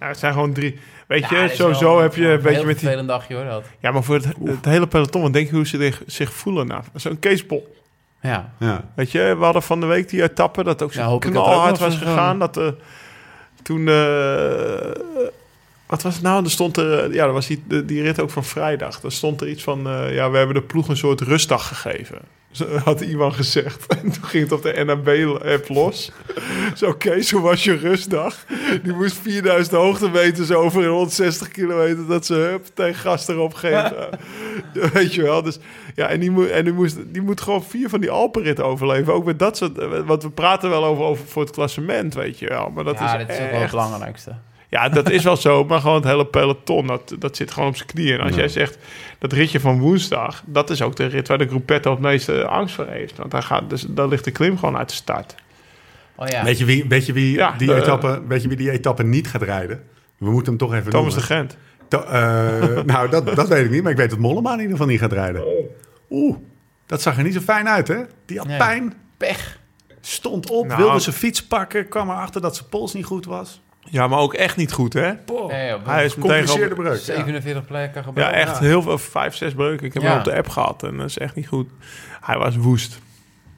Ja, het zijn gewoon drie.
Ja,
Weet je,
dat is wel-
sowieso heb je een beetje met die...
Heel dagje hoor dat.
Ja, maar voor het, het hele peloton, wat denk je hoe ze zich, zich voelen na zo'n casebol?
Ja.
Ja.
Weet je, we hadden van de week die etappe dat ook
Ja,
zo
hoop ik dat ook
knalhard
nog
was
van-
gegaan. Dat eh, toen... eh, wat was het nou? Er stond er, ja, er was die, de- die rit ook van vrijdag. Daar stond er iets van, eh, ja, we hebben de ploeg een soort rustdag gegeven. Dus, eh, Had iemand gezegd. En toen ging het op de NAB-app los. Zo, Kees, hoe was je rustdag? Die moest 4000 hoogtemeters over in 160 kilometer. Dat ze hup, tegen gas erop geven. Weet je wel. Dus, ja, en die, moet, en die, moest, die moet gewoon vier van die Alpenritten overleven. Ook met dat soort... eh, Want we praten wel over, over voor het klassement, weet je wel. Maar dat
ja,
is
dit is ook wel het
echt-
belangrijkste.
ja, dat is wel zo, maar gewoon het hele peloton, dat, dat zit gewoon op zijn knieën. En als jij zegt, dat ritje van woensdag, dat is ook de rit waar de Gruppetto het meeste angst voor heeft. Want daar, gaat, dus, daar ligt de klim gewoon uit de start.
Oh ja.
Weet je wie, weet je wie,
Ja, eh,
die
de-
etappe, weet je wie die etappe niet gaat rijden? We moeten hem toch even
Thomas de
noemen.
Gent.
To- eh, nou, dat, dat weet ik niet, maar ik weet dat Mollema in ieder geval niet gaat rijden.
Oh.
Oeh, dat zag er niet zo fijn uit, hè? Die had
Nee.
pijn,
pech.
stond op,
Nou.
wilde zijn fiets pakken, kwam erachter dat zijn pols niet goed was.
Ja, maar ook echt niet goed, hè?
Nee, op
Hij is meteen
Compliceerde
gewoon...
breuk. ja.
47 plekken
Ja,
gebruikt.
echt heel veel, vijf, zes breuken. Ik heb hem
Ja.
op de app gehad en dat is echt niet goed. Hij was woest.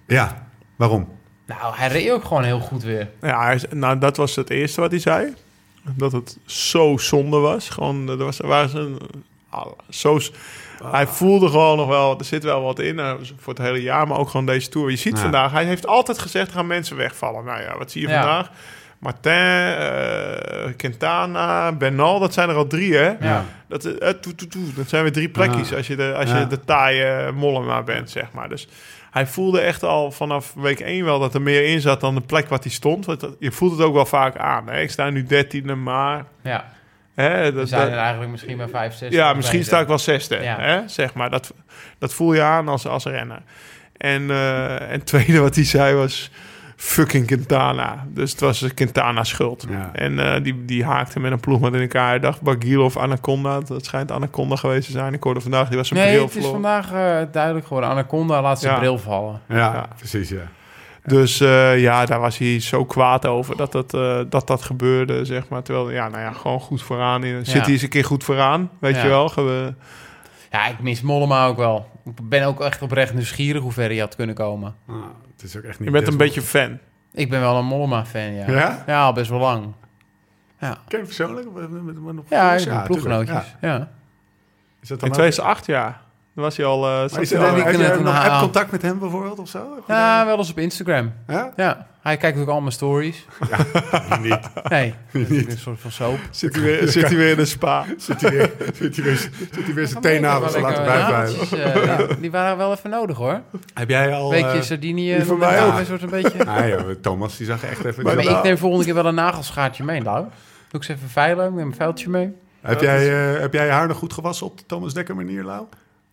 Ja, waarom?
Nou, hij reed ook gewoon heel goed weer.
Ja, hij is- nou, dat was het eerste wat hij zei. Dat het zo zonde was. Gewoon, eh, er was, er was een, ah, zo, s-
Ah.
Hij voelde gewoon nog wel, er zit wel wat in eh, voor het hele jaar, maar ook gewoon deze tour. Je ziet
Ja.
vandaag, hij heeft altijd gezegd, er gaan mensen wegvallen. Nou ja, wat zie je
Ja.
vandaag? Martin, eh, Quintana, Bernal, dat zijn er al drie, hè?
Ja.
Dat, eh, toe, toe, toe, dat zijn weer drie plekjes
Ja.
als je de, als
Ja.
je de taaie Mollema bent, zeg maar. Dus hij voelde echt al vanaf week 1 wel dat er meer in zat dan de plek wat hij stond. Want dat- je voelt het ook wel vaak aan. Hè? Ik sta nu dertiende, maar...
Ja.
Hè, dat,
Er zijn
dat-
er eigenlijk misschien maar 5, 6.
ja, misschien sta ik wel zesde,
Ja.
hè? zeg maar. Dat, dat voel je aan als, als renner. En, eh, en het tweede wat hij zei was... Fucking Quintana. Dus het was Quintana's schuld.
Ja.
En eh, die, die haakte met een ploeg met in elkaar. Hij dacht Bagil of Anaconda. Dat schijnt Anaconda geweest te zijn. Ik hoorde vandaag, die was zijn
Nee,
bril
het is
verloren.
vandaag eh, duidelijk geworden. Anaconda laat zijn
Ja.
bril vallen.
Ja, precies, ja.
Dus eh, ja, daar was hij zo kwaad over dat dat, eh, dat, dat gebeurde, zeg maar. Terwijl, ja, nou ja, gewoon goed vooraan. In. City is een keer goed vooraan, weet
Ja.
je wel. Ge-
Ja, ik mis Mollema ook wel. Ik ben ook echt oprecht nieuwsgierig hoe ver hij had kunnen komen.
Ah, het is ook echt niet
Je bent een
best-
beetje fan.
Ik ben wel een Mollema-fan, ja.
Ja?
al best wel lang.
Ken je persoonlijk? Of, eh, met- met- met-
Ja, ik
tuurlijk,
ben ploeggenootjes.
ja.
Ja.
Is dat dan
In
ook-
2008, ja. Dan was hij al... eh, zat
Maar is
hij
er
al-
dan,
Ja,
heb
ik
je
ken het
nog
een
heb
haal.
contact met hem bijvoorbeeld of zo?
ja, wel eens op Instagram.
Ja?
Ja, hij kijkt ook allemaal stories.
Niet.
Nee, dat is een soort van soap.
Zit hij weer, zit hij weer in de spa.
Zit hij weer, zit hij weer, zit hij weer zijn teennagels te laten bijblijven.
Nageltjes, eh, ja, Die waren wel even nodig, hoor.
Heb jij al...
Beetje
eh,
Sardinië.
die voor
noem ik
mij
dat,
ook.
Een soort een beetje...
Ah, joh, Thomas, die zag echt even...
Maar
Maar
die-
dat-
ik neem volgende keer wel een nagelschaartje mee, nou. Doe ik ze even veilen, ik neem een vuiltje mee.
heb, jij, eh, heb jij je haar nog goed gewassen op de Thomas Dekker manier, Lau?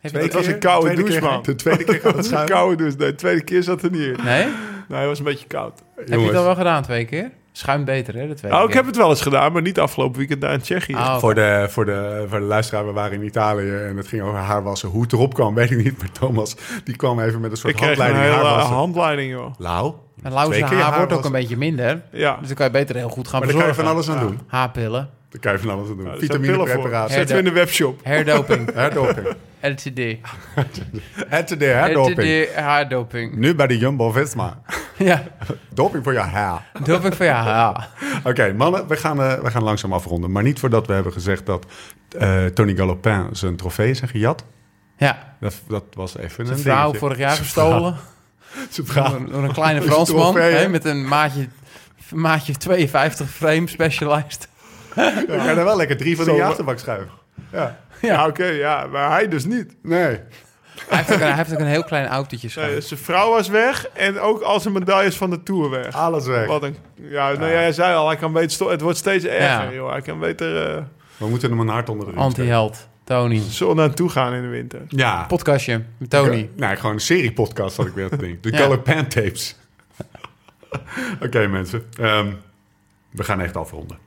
Heb
Het
je
was
keer?
een koude
De tweede
douche,
keer-
man.
De tweede keer gaat het
Dat is een
schuiven.
koude douche. Nee, de tweede keer zat hij niet in.
Nee?
Nee, hij was een beetje koud.
Heb je het al wel gedaan twee keer? Schuim beter, hè? Dat weet
Oh, ik heb het wel eens gedaan, maar niet afgelopen weekend daar in Tsjechië.
Ah, oké.
Voor, de, voor, de, voor de luisteraar, we waren in Italië en het ging over haarwassen. Hoe het erop kwam, weet ik niet. Maar Thomas, die kwam even met een soort
ik kreeg een
handleiding
hele
haarwassen.
handleiding, joh.
Lau?
Een lauwse
Twee keer
haar, wordt ook
haarwassen.
een beetje minder.
Ja.
Dus dan kan je beter heel goed gaan
Maar daar kan je
verzorgen.
van alles aan
Ja.
doen.
Haarpillen,
Daar kan je van alles aan doen.
Ja, er zijn pillen voor.
Vitaminepreparaten.
Hey.
Zetten we in de webshop.
hairdoping,
Herdoping.
LTD.
Herdoping. Herdoping.
LTD, haardoping.
Nu bij de Jumbo-Visma.
Ja,
Doping voor je haar.
doping van je haar.
Oké, mannen, we gaan, eh, we gaan langzaam afronden. Maar niet voordat we hebben gezegd dat eh, Tony Galopin zijn trofee zijn gejat.
Ja,
Dat, dat was even een
zijn vrouw
dingetje.
vorig jaar verstolen.
Zijn
Door
vrouw.
een, door een kleine
Is
Fransman
trofee, hè?
hè, met een maatje, maatje 52 frame specialized.
Ik ga er wel lekker drie van in je
Zo-
achterbak schuiven. Ja.
Ja.
Ja, oké, ja. Maar hij dus niet.
Nee.
Hij heeft ook een, hij heeft ook een heel klein autootje.
Nee,
schuim.
zijn vrouw was weg en ook al zijn medailles van de Tour weg.
Alles Ah, weg.
Wat een... Ja, nou jij zei al, hij kan beter... sto- Het wordt steeds erger,
Ja.
joh. Hij kan beter eh
We moeten hem een hart onder de riem steken.
Anti-held, Tony.
zo naartoe gaan in de winter.
Ja.
Podcastje, met Tony.
Nee, gewoon een serie podcast had ik weer te denken. De
Ja.
Galopin tapes. Oké mensen, Ehm, we gaan echt afronden.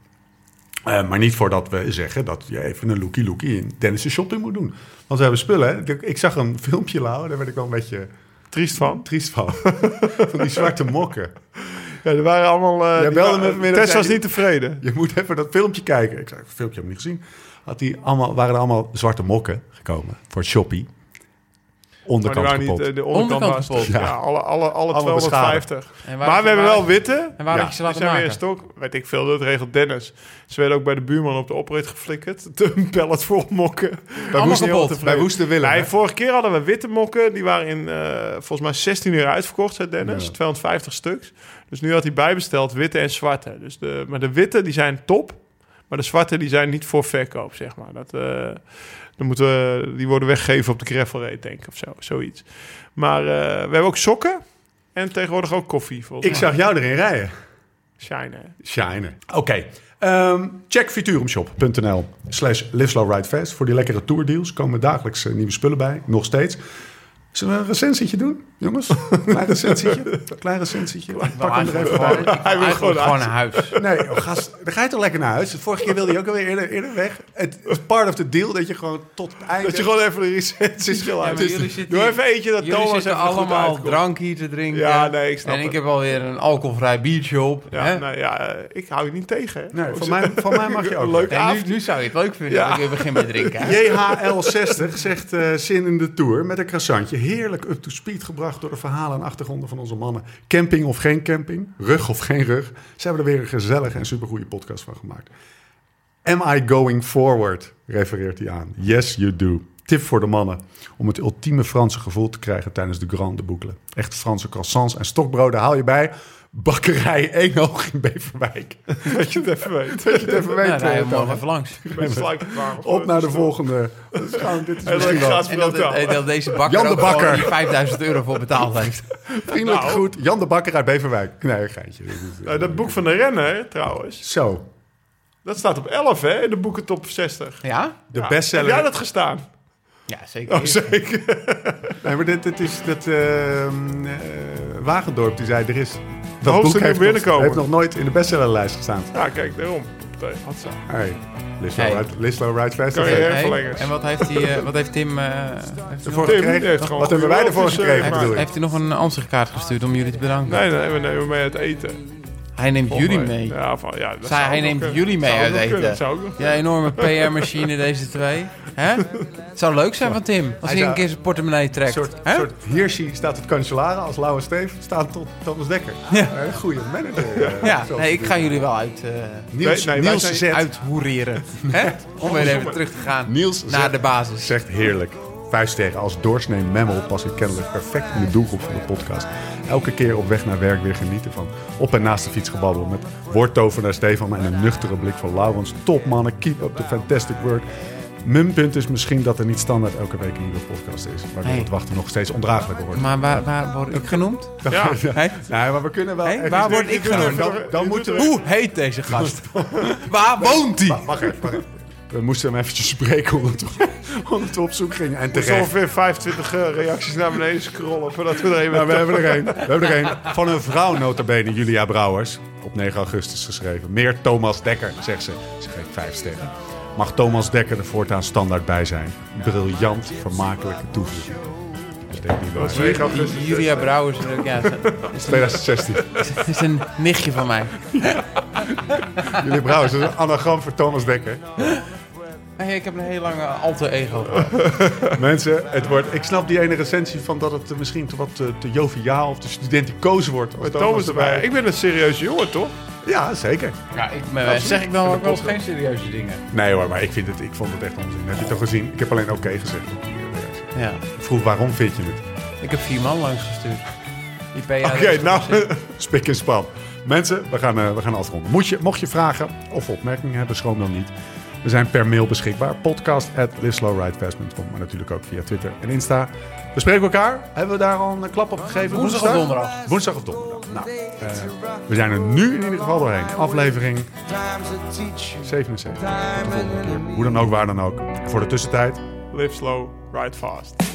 Eh, maar niet voordat we zeggen dat je even een lookie lookie in Dennis' shopping moet doen. Want we hebben spullen. hè. Ik zag een filmpje, Lau, daar werd ik wel een beetje
Triest van.
triest van. van die zwarte mokken.
Ja, er waren allemaal... eh
Jij
die
belde
waren-
me vanmiddag,
Tess
zei
was
je-
niet tevreden.
Je moet even dat filmpje kijken. Ik zei, het filmpje heb ik niet gezien. Had die allemaal, waren er allemaal zwarte mokken gekomen voor Shopee.
Maar die
Onderkant
waren
kapot.
niet... eh, de onderkant
Onderkant
was...
kapot.
Ja, alle, alle, alle
Allemaal
250.
En waar-
Maar we hebben
waar-
wel witte.
En waar
Ja,
heb je ze
Die
laten
zijn
maken?
weer in stok. Weet ik veel, dat regelt Dennis. Ze werden ook bij de buurman op de oprit geflikkerd. Een pallet vol mokken.
bij
allemaal kapot.
Woeste, bij Woeste Willem.
Nee,
hè?
vorige keer hadden we witte mokken. Die waren in eh, volgens mij 16 uur uitverkocht, zei Dennis.
Ja.
250 stuks. Dus nu had hij bijbesteld witte en zwarte. Dus de, maar de witte die zijn top. Maar de zwarte die zijn niet voor verkoop, zeg maar. Dat, eh, dan moeten we- die worden weggegeven op de gravel raid, denk ik, of zo, zoiets. Maar eh, we hebben ook sokken. En tegenwoordig ook koffie, volgens
Ik zag jou erin rijden.
Shine, hè.
Shine. Oké. Ehm, check futurumshop.nl slash Live Slow Ride Fast voor die lekkere tourdeals. Komen dagelijks eh, nieuwe spullen bij, nog steeds. Zullen we een recensietje doen, jongens? Klein recensietje. Klein recensietje. Pak hem er even bij.
Hij wil gewoon naar huis.
Nee, joh, gast, dan ga je toch lekker naar huis. Vorige keer wilde je ook alweer eerder, eerder weg. Het is part of the deal dat je gewoon tot het einde...
Dat je gewoon even een recensie
is
wil
Ja,
uit.
maar jullie zitten
Doe
hier-
even eentje dat
Jullie
Thomas
zitten
even goed
allemaal
uitkomt.
drank hier te drinken.
Ja, nee, ik snap
En ik
het.
heb alweer een alcoholvrij biertje op.
Ja,
hè?
nou ja, eh, ik hou je niet tegen. hè.
Nee, van mij, van mij mag je ook.
Leuk.
En nu, nu zou je het leuk vinden
Ja.
dat ik weer begin met drinken. hè? Nou,
JHL60 zegt eh, zin in de tour met een croissantje. Heerlijk up to speed gebracht door de verhalen en achtergronden van onze mannen. Camping of geen camping, rug of geen rug. Ze hebben er weer een gezellige en supergoeie podcast van gemaakt. Am I going forward? refereert hij aan. Yes, you do. Tip voor de mannen om het ultieme Franse gevoel te krijgen tijdens de Grande Boucle. Echt Franse croissants en stokbroden haal je bij. Bakkerij Eenoog in Beverwijk.
dat je het even weet.
Dat je het even weet.
Nou, rijden
eh,
we
Thomas.
morgen even langs.
Op naar de volgende. Dat is gewoon- dit is misschien wel-
En dat, eh, dat deze bakker
Jan de
ook gewoon
Bakker.
die 5000 euro voor betaald heeft.
Vriendelijk
Nou.
groet, Jan de Bakker uit Beverwijk. Nee, een geintje. Dit is-
Nou, dat boek van de renner, trouwens,
Zo,
dat staat op 11, hè? In de boeken top 60.
Ja?
de
Ja.
bestseller. Oh,
Heb jij dat gestaan?
Ja, zeker.
Oh, zeker.
Nee, maar dit, dit is dat ehm, eh, Wagendorp die zei, er is... Dat
hoogste nieuw
heeft nog,
binnenkomen.
heeft nog nooit in de bestsellerlijst gestaan.
Ja, kijk, daarom. Wat zo.
Hey, Lislo
Hey.
Ride- Lislo Ride Fest.
Kan je-
Hey.
Hey,
verlengers.
en wat heeft, die, eh, wat heeft Tim... eh, heeft, hij nog,
Ervoor
Tim,
gekregen?
die heeft gewoon
Wat hebben
goede
wij ervoor
offers, eh,
gekregen,
gemaakt.
bedoel je?
heeft hij nog een ansichtkaart gestuurd om jullie te bedanken?
Nee, nee, we nemen mee uit eten.
Hij neemt jullie mee.
Ja, van, ja, dat
Zij-
zou
hij
ook
neemt
kunnen.
jullie mee
Zou ook
uit
nog
eten.
kunnen, zou ook nog
Ja, enorme PR-machine deze twee. Hè? Het zou leuk zijn van Tim. Als hij,
zou-
een keer zijn portemonnee trekt.
soort,
Hè?
soort Hirschi staat tot kanselaren als Lauwe Steef staat tot Thomas Dekker.
Ja.
Een goede manager. eh,
ja,
zoals
nee,
ze
ik
doen.
ga jullie wel uit, eh
Niels,
Nee, nee, wij
Niels
zijn-
zet.
uithoereren. Hè? Om weer even terug te gaan
Niels
naar
zet-
de basis.
Zegt heerlijk. Vijf sterren als doorsnee memmel pas ik kennelijk perfect in de doelgroep van de podcast. Elke keer op weg naar werk weer genieten van op en naast de fiets gebabbel met woordtovenaar Stefan en een nuchtere blik van Laurens. Top mannen, keep up the fantastic work. Mijn punt is misschien dat er niet standaard elke week een nieuwe podcast is, waardoor
Hey.
het wachten nog steeds ondraaglijker wordt.
Maar waar, waar word ik genoemd?
Ja.
Hey?
Nee, maar we kunnen wel.
Hey,
ergens-
waar word ik nou?
Dan-
genoemd?
Dan, dan moeten we.
Hoe heet deze gast? waar woont hij?
Wacht even, wacht even. We moesten hem eventjes spreken omdat we, omdat we op zoek gingen. En
Er zijn
terecht.
ongeveer 25 eh, reacties naar beneden scrollen voordat we er
Nou,
even...
we hebben er een. We hebben er een. Van een vrouw notabene, Julia Brouwers. Op 9 augustus geschreven. Meer Thomas Dekker, zegt ze. Ze geeft vijf sterren. Mag Thomas Dekker er voortaan standaard bij zijn. Briljant, vermakelijke toevoeging. Dat is denk ik niet waar.
Twee gaan
Ju-
tussen-
Julia Brouwers is ook- ja, ze-
2016.
ze is een nichtje van mij.
Julia Brouwers, dat is een anagram voor Thomas Dekker.
Hey, ik heb een heel lange alter ego.
Mensen, het wordt, ik snap die ene recensie van dat het eh, misschien te wat eh, te joviaal of te studenticoos wordt. als
Met Thomas erbij. Ik ben een serieuze jongen, toch?
Ja, zeker.
Ja, ik, ben-
Nou,
zeg
Oh,
ik dan ook wel eens geen serieuze dingen.
Nee hoor, maar ik, vind het, ik vond het echt onzin. Heb je het al gezien? Ik heb alleen oké gezegd.
Ja.
Ik vroeg waarom vind je het?
Ik heb vier man langs gestuurd. Die PA
Oké, nou, spik en span. Mensen, we gaan, eh, we gaan afronden. Moet je, mocht je vragen of opmerkingen hebben, schroom dan niet. We zijn per mail beschikbaar. Podcast at liveslowridefast.com. Maar natuurlijk ook via Twitter en Insta. We spreken elkaar. Hebben we daar al een klap op gegeven?
Woensdag of donderdag?
Woensdag of donderdag. Nou, eh, we zijn er nu in ieder geval doorheen. Aflevering
Times that teach you
77. Tot de volgende keer. Hoe dan ook, waar dan ook. Voor de tussentijd,
Live slow, ride fast.